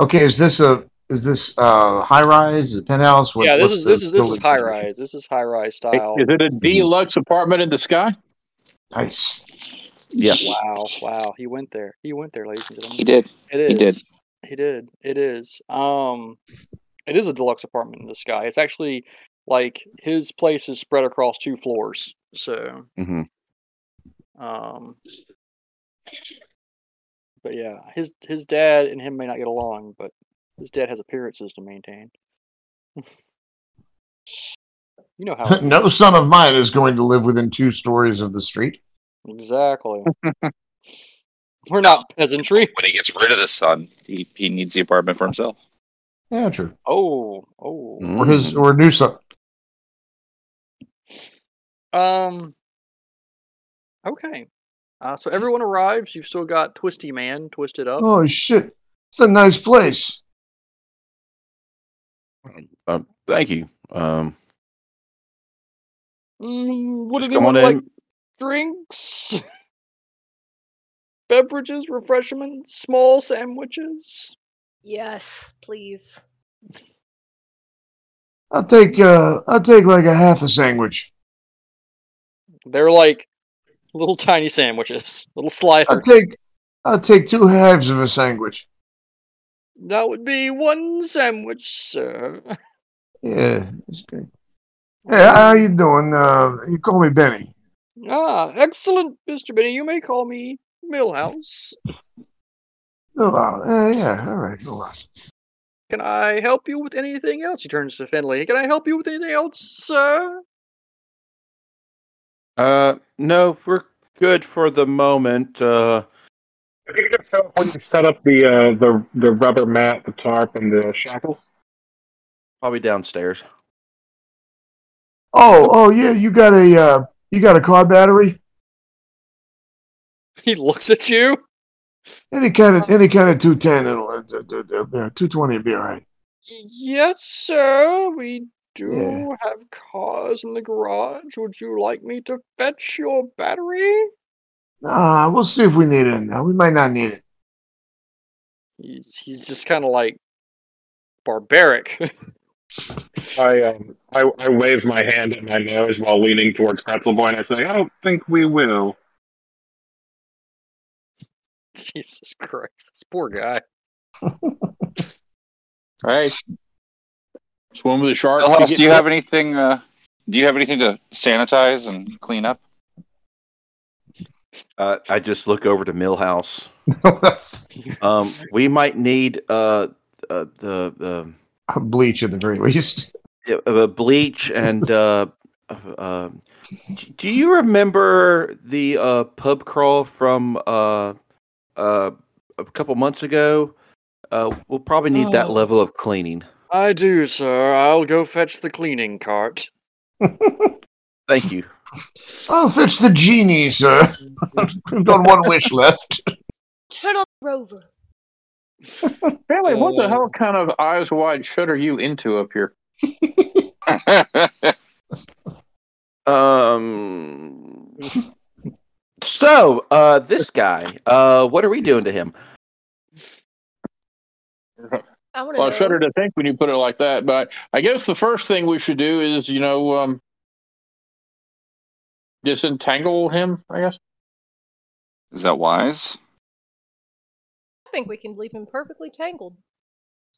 [SPEAKER 2] okay, is this a is this uh, high rise? Is it penthouse? What-
[SPEAKER 1] yeah, this
[SPEAKER 2] what's
[SPEAKER 1] is
[SPEAKER 2] the
[SPEAKER 1] this is this is
[SPEAKER 2] building?
[SPEAKER 1] high rise. This is high rise style.
[SPEAKER 6] Is it
[SPEAKER 2] Mhm.
[SPEAKER 6] a deluxe apartment in the sky?
[SPEAKER 2] Nice.
[SPEAKER 5] Yeah.
[SPEAKER 1] Wow, wow. He went there. He went there, ladies and gentlemen.
[SPEAKER 7] He did.
[SPEAKER 1] It is.
[SPEAKER 7] He did.
[SPEAKER 1] He did. It is. Um, it is a deluxe apartment in the sky. It's actually like his place is spread across two floors. So,
[SPEAKER 5] Mm-hmm.
[SPEAKER 1] um, but yeah, his his dad and him may not get along, but his dad has appearances to maintain. you know how it is.
[SPEAKER 2] no son of mine is going to live within two stories of the street.
[SPEAKER 1] exactly. We're not peasantry.
[SPEAKER 7] When he gets rid of the son, he, he needs the apartment for himself.
[SPEAKER 2] Yeah, true.
[SPEAKER 1] Oh, oh.
[SPEAKER 2] Or
[SPEAKER 5] Mm,
[SPEAKER 2] his or new son.
[SPEAKER 5] Mm.
[SPEAKER 1] Um. Okay. Uh,
[SPEAKER 5] Mm.
[SPEAKER 1] so everyone arrives. You've still got Twisty Man twisted up.
[SPEAKER 2] Oh shit! It's a nice place.
[SPEAKER 5] Um, thank you. Um,
[SPEAKER 1] Mm, would
[SPEAKER 5] Just come
[SPEAKER 1] anyone
[SPEAKER 5] on
[SPEAKER 1] like
[SPEAKER 5] in.
[SPEAKER 1] drinks, beverages, refreshments, small sandwiches?
[SPEAKER 9] Yes, please.
[SPEAKER 2] I'll take uh, I'll take like a half a sandwich.
[SPEAKER 1] They're like little tiny sandwiches, little
[SPEAKER 2] I'll
[SPEAKER 1] sliders.
[SPEAKER 2] take I'll take two halves of a sandwich.
[SPEAKER 1] That would be one sandwich, sir.
[SPEAKER 2] Yeah, that's good. Hey, how you doing? Uh, you call me Benny.
[SPEAKER 1] ah, excellent, Mister Benny. You may call me Millhouse.
[SPEAKER 2] Oh, wow. Uh, yeah, all right. No worries.
[SPEAKER 1] Can I help you with anything else? He turns to Finley. Can I help you with anything else, sir?
[SPEAKER 5] uh, no, we're good for the moment. Uh,
[SPEAKER 3] If you could just tell when you set up the uh, the the rubber mat, the tarp, and the shackles.
[SPEAKER 5] probably downstairs.
[SPEAKER 2] Oh, oh yeah, you got a uh, you got a car battery?
[SPEAKER 1] He looks at you.
[SPEAKER 2] Any kind of any kind of two ten uh, and two twenty would be all right.
[SPEAKER 1] "Y- Yes, sir. We do
[SPEAKER 2] Yeah.
[SPEAKER 1] have cars in the garage. Would you like me to fetch your battery?
[SPEAKER 2] Nah, Uh, we'll see if we need it now. We might not need it.
[SPEAKER 1] He's he's just kind of like barbaric.
[SPEAKER 3] I um I, I wave my hand at my nose while leaning towards Pretzel Boy, and I say, "I don't think we will."
[SPEAKER 1] Jesus Christ, this poor guy.
[SPEAKER 6] Right. Swim with the shark.
[SPEAKER 7] Elias,
[SPEAKER 6] to
[SPEAKER 7] do you
[SPEAKER 6] get-
[SPEAKER 7] have anything? Uh, do you have anything to sanitize and clean up?
[SPEAKER 5] Uh, I just look over to Millhouse. Um, we might need uh, uh the the
[SPEAKER 2] Bleach at the very least.
[SPEAKER 5] uh, uh, bleach and uh, uh, d- do you remember the uh, pub crawl from uh, uh, a couple months ago? Uh, we'll probably need that
[SPEAKER 1] Oh.
[SPEAKER 5] level of cleaning.
[SPEAKER 1] I do, sir. I'll go fetch the cleaning cart.
[SPEAKER 5] Thank you.
[SPEAKER 2] I'll fetch the genie, sir. We've got one wish left.
[SPEAKER 9] Turn on the rover.
[SPEAKER 6] Billy, what the
[SPEAKER 1] Uh,
[SPEAKER 6] hell kind of eyes wide shut are you into up here?
[SPEAKER 5] Um. So, uh, this guy, uh, what are we doing to him?
[SPEAKER 9] I want to
[SPEAKER 6] Well, I
[SPEAKER 9] know.
[SPEAKER 6] shudder to think when you put it like that. But I guess the first thing we should do is, you know, um, disentangle him. I guess.
[SPEAKER 7] Is that wise?
[SPEAKER 9] I think we can leave him perfectly tangled.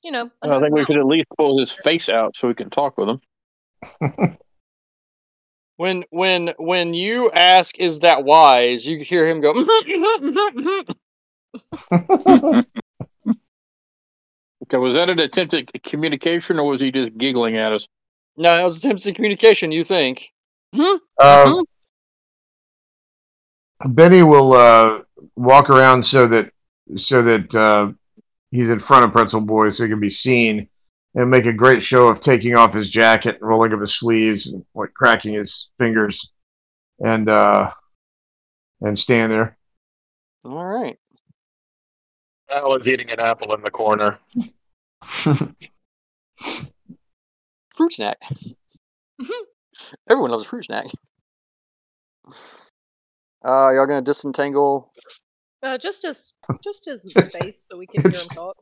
[SPEAKER 9] You know,
[SPEAKER 6] And I
[SPEAKER 9] under
[SPEAKER 6] think we
[SPEAKER 9] his
[SPEAKER 6] should at least pull his face out so we can talk with him.
[SPEAKER 1] When when when you ask, "Is that wise?" You hear him go. "Mm-hmm,
[SPEAKER 6] Okay, was that an attempt at communication, or was he just giggling at us?
[SPEAKER 1] no, that was attempts at communication. You think?
[SPEAKER 2] Uh, Benny will uh, walk around so that so that uh, he's in front of Pretzel Boy so he can be seen, and make a great show of taking off his jacket and rolling up his sleeves and like cracking his fingers, and uh, and stand there.
[SPEAKER 1] All right.
[SPEAKER 3] Al is eating an apple in the corner.
[SPEAKER 1] Fruit snack. Everyone loves a fruit snack. Uh, y'all gonna disentangle?
[SPEAKER 9] Uh, just his, just his face, so we can hear him talk.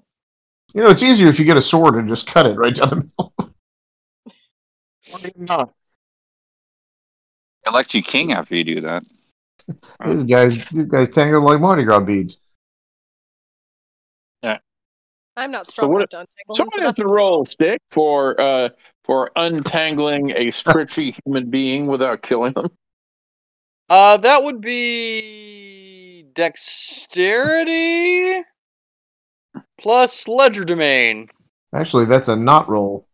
[SPEAKER 2] You know, it's easier if you get a sword and just cut it right down the middle.
[SPEAKER 3] Not.
[SPEAKER 7] Elect you king after you do that.
[SPEAKER 2] these guys, these guys tangled like Mardi Gras beads.
[SPEAKER 9] I'm not
[SPEAKER 6] So
[SPEAKER 9] strong
[SPEAKER 6] what-
[SPEAKER 9] enough to untangle them.
[SPEAKER 6] Someone has to roll stick for uh for untangling a stretchy human being without killing them.
[SPEAKER 1] Uh, that would be dexterity plus ledger domain.
[SPEAKER 2] Actually, that's a knot roll.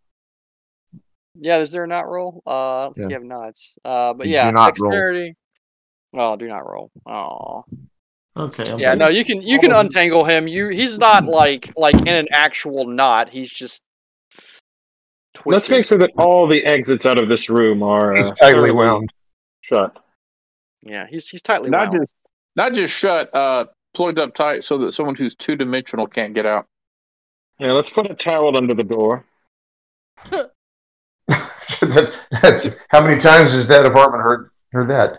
[SPEAKER 1] Yeah, is there a knot roll? Uh, I don't think
[SPEAKER 2] Yeah.
[SPEAKER 1] you have knots. Uh, but
[SPEAKER 2] You do
[SPEAKER 1] yeah,
[SPEAKER 2] not roll.
[SPEAKER 1] dexterity. Oh, do not roll. Oh,
[SPEAKER 2] Okay. I'm
[SPEAKER 1] yeah.
[SPEAKER 2] back.
[SPEAKER 1] No, you can you can untangle him. You he's not like like in an actual knot. He's just
[SPEAKER 3] Let's
[SPEAKER 1] twisted.
[SPEAKER 3] make sure that all the exits out of this room are uh,
[SPEAKER 2] Tightly
[SPEAKER 3] thoroughly
[SPEAKER 2] wound.
[SPEAKER 3] shut.
[SPEAKER 1] Yeah, he's he's tightly
[SPEAKER 6] Not
[SPEAKER 1] wound.
[SPEAKER 6] just not just shut, uh plugged up tight so that someone who's two dimensional can't get out.
[SPEAKER 3] Yeah, let's put a towel under the door.
[SPEAKER 2] That- that's- how many times has that apartment heard heard that?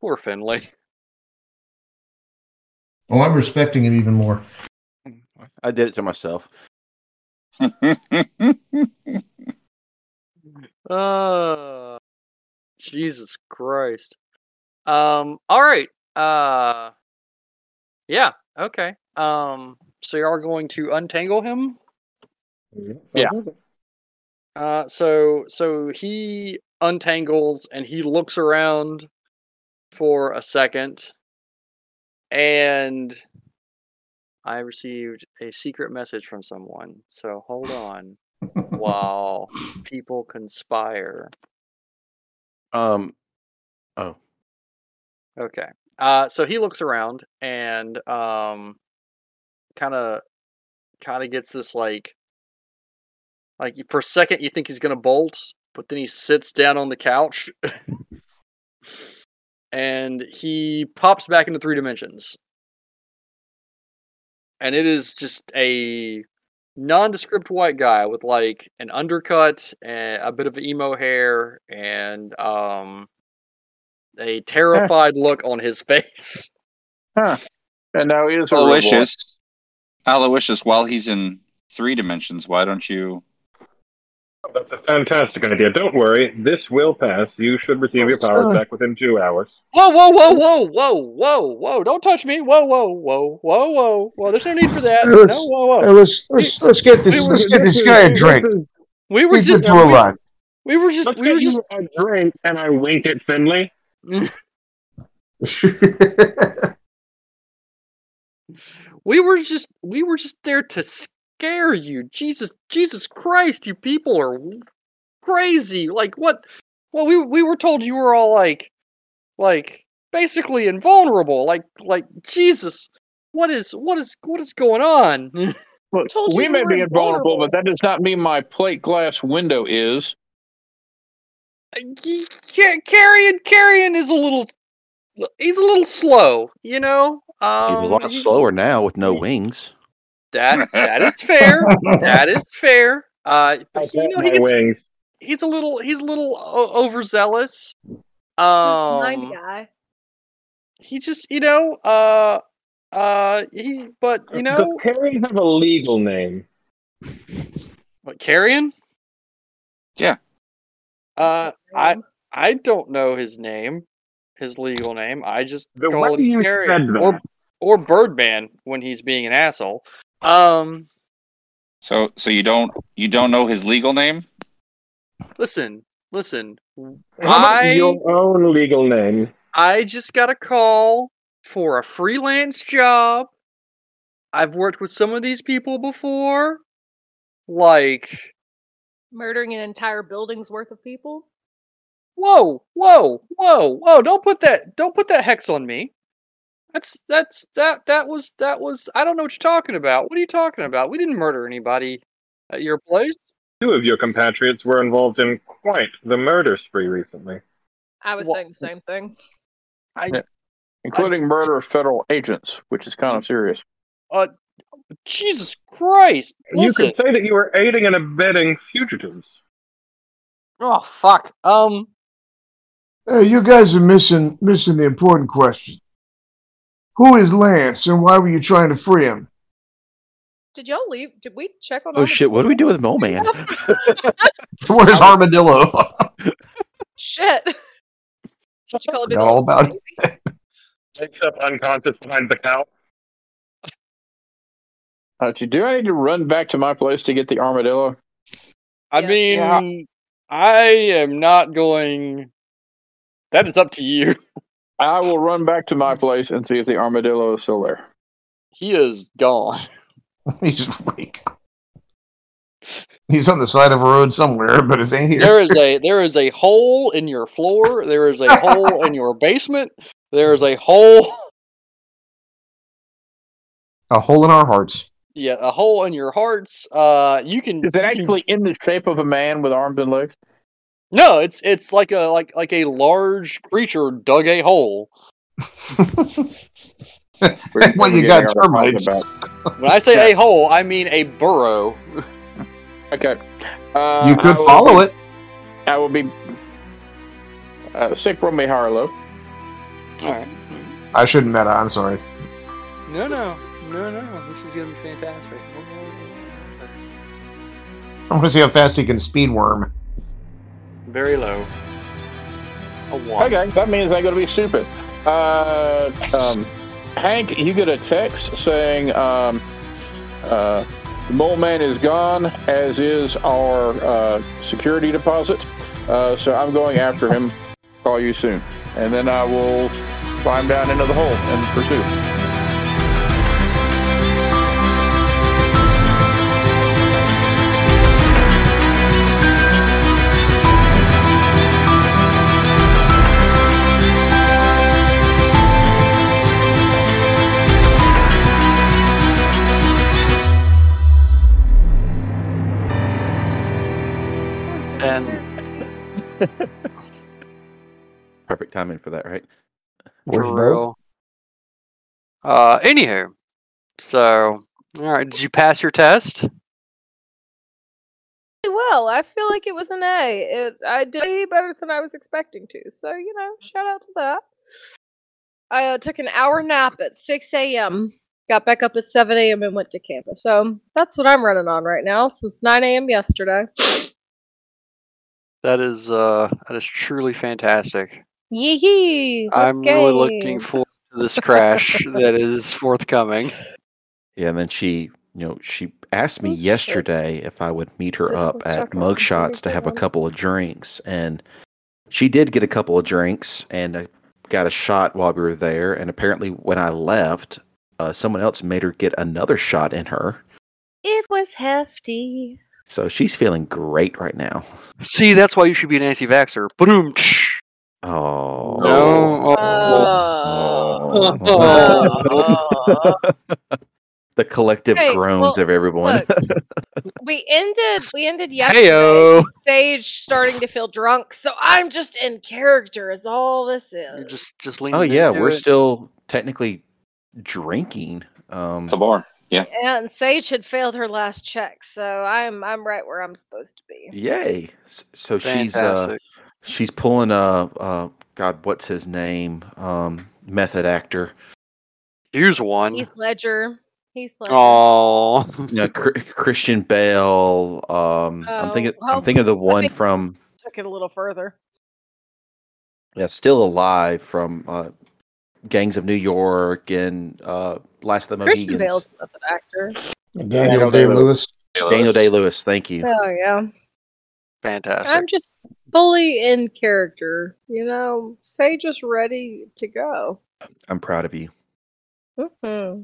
[SPEAKER 1] Poor Finley.
[SPEAKER 2] Well, Oh, I'm respecting him even more.
[SPEAKER 5] I did it to myself.
[SPEAKER 1] Uh, Jesus Christ. Um. All right. Uh. Yeah. Okay. Um. So you are going to untangle him.
[SPEAKER 6] Yeah.
[SPEAKER 1] Uh. So so he untangles and he looks around for a second, and I received a secret message from someone. So hold on while people conspire.
[SPEAKER 5] Um, oh,
[SPEAKER 1] Okay. Uh, so he looks around and um, kind of, kind of gets this like, like for a second you think he's gonna bolt, but then he sits down on the couch, and he pops back into three dimensions, and it is just a nondescript white guy with like an undercut and a bit of emo hair and um a terrified look on his face.
[SPEAKER 6] And now he is a real boy.
[SPEAKER 7] Aloysius, Aloysius, while he's in three dimensions, why don't you?
[SPEAKER 3] That's a fantastic idea. Don't worry, this will pass. You should receive your powers back within two hours.
[SPEAKER 1] Whoa, whoa, whoa, whoa, whoa, whoa, whoa! Don't touch me! Whoa, whoa, whoa, whoa, whoa, whoa! There's no need for that.
[SPEAKER 2] Yes.
[SPEAKER 1] No, whoa, whoa.
[SPEAKER 2] Hey, let's let's let's get this
[SPEAKER 3] Wait, wait,
[SPEAKER 2] let's get
[SPEAKER 3] this
[SPEAKER 2] this
[SPEAKER 3] is-
[SPEAKER 2] guy a
[SPEAKER 3] this
[SPEAKER 2] drink.
[SPEAKER 3] is-
[SPEAKER 1] We were
[SPEAKER 2] He's been
[SPEAKER 1] just,
[SPEAKER 2] through a
[SPEAKER 1] we,
[SPEAKER 2] lot.
[SPEAKER 1] we were just,
[SPEAKER 3] Let's
[SPEAKER 1] we were
[SPEAKER 3] get
[SPEAKER 1] just.
[SPEAKER 3] you a drink, and I wink at Finley.
[SPEAKER 1] We were just we were just there to scare you. Jesus Jesus Christ, you people are w- crazy. Like what well we we were told you were all like like basically invulnerable. Like like Jesus what is what is what is going on?
[SPEAKER 6] Look,
[SPEAKER 9] Told you
[SPEAKER 6] we
[SPEAKER 9] you
[SPEAKER 6] may
[SPEAKER 9] were
[SPEAKER 6] be invulnerable,
[SPEAKER 9] invulnerable.
[SPEAKER 6] but that does not mean my plate glass window is.
[SPEAKER 1] Ye- ca- Carrion Carrion is a little he's a little slow, you know?
[SPEAKER 5] he's
[SPEAKER 1] Um
[SPEAKER 5] a lot
[SPEAKER 1] he-
[SPEAKER 5] slower now with no
[SPEAKER 1] he-
[SPEAKER 5] wings.
[SPEAKER 1] that that is fair. that is fair. Uh
[SPEAKER 3] I
[SPEAKER 1] but he, you
[SPEAKER 3] tap
[SPEAKER 1] know he
[SPEAKER 3] my
[SPEAKER 1] gets
[SPEAKER 3] wings.
[SPEAKER 1] he's a little he's a little o- overzealous.
[SPEAKER 9] mind
[SPEAKER 1] Um,
[SPEAKER 9] guy.
[SPEAKER 1] he just you know uh uh he but you
[SPEAKER 3] Does
[SPEAKER 1] know
[SPEAKER 3] Carrie have a legal name?
[SPEAKER 1] what carrion
[SPEAKER 7] Yeah.
[SPEAKER 1] uh I I don't know his name his legal name I just
[SPEAKER 3] The
[SPEAKER 1] call
[SPEAKER 3] way
[SPEAKER 1] him
[SPEAKER 3] you
[SPEAKER 1] carrion
[SPEAKER 3] said
[SPEAKER 1] or
[SPEAKER 3] that.
[SPEAKER 1] or Birdman when he's being an asshole. Um,
[SPEAKER 7] So, so you don't you don't know his legal name?
[SPEAKER 1] listen, listen.
[SPEAKER 3] How about
[SPEAKER 1] I-
[SPEAKER 3] your own legal name?
[SPEAKER 1] I just got a call for a freelance job. I've worked with some of these people before, like.
[SPEAKER 9] Murdering an entire building's worth of people.
[SPEAKER 1] whoa whoa whoa whoa don't put that don't put that hex on me that's that's that that was that was i don't know what you're talking about what are you talking about we didn't murder anybody at your place
[SPEAKER 3] Two of your compatriots were involved in quite the murder spree recently.
[SPEAKER 9] I was
[SPEAKER 1] Wha-
[SPEAKER 9] saying the same thing.
[SPEAKER 1] i
[SPEAKER 6] Yeah. including murder of federal agents, which is kind of serious.
[SPEAKER 1] uh jesus christ
[SPEAKER 3] You
[SPEAKER 1] listen
[SPEAKER 3] could say that you were aiding and abetting fugitives.
[SPEAKER 1] oh fuck um
[SPEAKER 2] Hey, you guys are missing missing the important question. Who is Lance and why were you trying to free him?
[SPEAKER 9] Did y'all leave? Did we check on?
[SPEAKER 5] Oh
[SPEAKER 9] all the
[SPEAKER 5] shit! What do we do with Mole Man?
[SPEAKER 2] Where's Armadillo?
[SPEAKER 9] Shit. Did you call a big
[SPEAKER 2] Forgot all
[SPEAKER 9] old
[SPEAKER 2] about it.
[SPEAKER 9] crazy?
[SPEAKER 3] Wakes up unconscious behind the couch.
[SPEAKER 6] Uh, to- do I need to run back to my place to get the armadillo?
[SPEAKER 1] I
[SPEAKER 9] Yeah.
[SPEAKER 1] mean,
[SPEAKER 6] Yeah.
[SPEAKER 1] I am not going. That is up to you.
[SPEAKER 6] I will run back to my place and see if the armadillo is still there.
[SPEAKER 1] He is gone.
[SPEAKER 2] He's just awake. He's on the side of a road somewhere, but it ain't here.
[SPEAKER 1] There is a there is a hole in your floor. There is a hole in your basement. There is a hole.
[SPEAKER 2] A hole in our hearts.
[SPEAKER 1] Yeah, a hole in your hearts. Uh, you can.
[SPEAKER 6] Is it
[SPEAKER 1] you can-
[SPEAKER 6] actually in the shape of a man with arms and legs?
[SPEAKER 1] No, it's it's like a like like a large creature dug a hole.
[SPEAKER 6] We're-
[SPEAKER 2] Well,
[SPEAKER 6] we're
[SPEAKER 2] you got
[SPEAKER 6] getting our thoughts
[SPEAKER 2] termites.
[SPEAKER 6] about-
[SPEAKER 1] When I say a hole, I mean a burrow.
[SPEAKER 6] Okay. Uh,
[SPEAKER 2] you
[SPEAKER 6] I
[SPEAKER 2] could
[SPEAKER 6] will
[SPEAKER 2] follow
[SPEAKER 6] be-
[SPEAKER 2] it.
[SPEAKER 6] I will be. Uh, sick roll me Harlow.
[SPEAKER 1] All right.
[SPEAKER 2] I shouldn't meta. I'm sorry.
[SPEAKER 1] No, no, no, no. This is gonna be fantastic.
[SPEAKER 2] I want to see how fast he can speed worm.
[SPEAKER 1] Very low. A one.
[SPEAKER 6] Okay, that means I'm going to be stupid. Uh, um, Hank, you get a text saying um, uh, the mole man is gone, as is our uh, security deposit. Uh, so I'm going after him. Call you soon. And then I will climb down into the hole and pursue.
[SPEAKER 1] And
[SPEAKER 5] Perfect timing for that, right?
[SPEAKER 2] Where's
[SPEAKER 1] for
[SPEAKER 2] Bo?
[SPEAKER 1] real. Uh, anywho, so all right. Did you pass your test?
[SPEAKER 9] Pretty Well, I feel like it was an A. It, I did way better than I was expecting to. So you know, shout out to that. I uh, took an hour nap at 6 a.m. Got back up at 7 a.m. and went to campus. So that's what I'm running on right now since 9 a.m. yesterday.
[SPEAKER 1] That is uh, that is truly fantastic.
[SPEAKER 9] Yee
[SPEAKER 1] I'm really looking forward to this crash that is forthcoming.
[SPEAKER 5] Yeah, and then she, you know, she asked me
[SPEAKER 9] Oh, shit.
[SPEAKER 5] yesterday if I would meet her
[SPEAKER 9] This
[SPEAKER 5] up
[SPEAKER 9] looks
[SPEAKER 5] at
[SPEAKER 9] like a computer
[SPEAKER 5] Mugshots to have a
[SPEAKER 9] program.
[SPEAKER 5] couple of drinks, and she did get a couple of drinks and uh, got a shot while we were there. And apparently, when I left, uh, someone else made her get another shot in her,
[SPEAKER 9] It was hefty.
[SPEAKER 5] so she's feeling great right now.
[SPEAKER 1] See, that's why you should be an anti-vaxxer. Boom.
[SPEAKER 5] Oh,
[SPEAKER 1] No.
[SPEAKER 5] Oh.
[SPEAKER 9] Oh.
[SPEAKER 5] the collective
[SPEAKER 9] Hey,
[SPEAKER 5] groans
[SPEAKER 9] well,
[SPEAKER 5] of everyone.
[SPEAKER 9] we ended we ended yesterday
[SPEAKER 1] Heyo.
[SPEAKER 9] with Sage starting to feel drunk, so I'm just in character is all this
[SPEAKER 1] You're
[SPEAKER 9] is.
[SPEAKER 1] just just leaning.
[SPEAKER 5] oh yeah,
[SPEAKER 1] into
[SPEAKER 5] we're
[SPEAKER 1] it.
[SPEAKER 5] still technically drinking. Um,
[SPEAKER 7] The bar. Yeah.
[SPEAKER 9] and Sage had failed her last check, so I'm I'm right where I'm supposed to be.
[SPEAKER 5] Yay! S- So she's uh
[SPEAKER 1] fantastic.
[SPEAKER 5] she's pulling uh uh God, what's his name? Um, method actor.
[SPEAKER 1] Here's one.
[SPEAKER 9] Heath Ledger. Heath Ledger.
[SPEAKER 1] Oh,
[SPEAKER 5] You know, Chr- Christian Bale. Um, I'm
[SPEAKER 9] Oh,
[SPEAKER 5] thinking.
[SPEAKER 9] well,
[SPEAKER 5] I'm thinking of the one
[SPEAKER 9] think-
[SPEAKER 5] from
[SPEAKER 9] Took it a little further.
[SPEAKER 5] yeah, still alive from uh, Gangs of New York and uh, Last of the
[SPEAKER 9] Christian
[SPEAKER 5] Mohegans.
[SPEAKER 9] Bale's not an actor.
[SPEAKER 2] Daniel Day Lewis.
[SPEAKER 5] Daniel Day Lewis. Thank you.
[SPEAKER 9] Oh yeah.
[SPEAKER 1] fantastic.
[SPEAKER 9] I'm just fully in character. You know, Sage is ready to go.
[SPEAKER 5] I'm proud of you.
[SPEAKER 9] hmm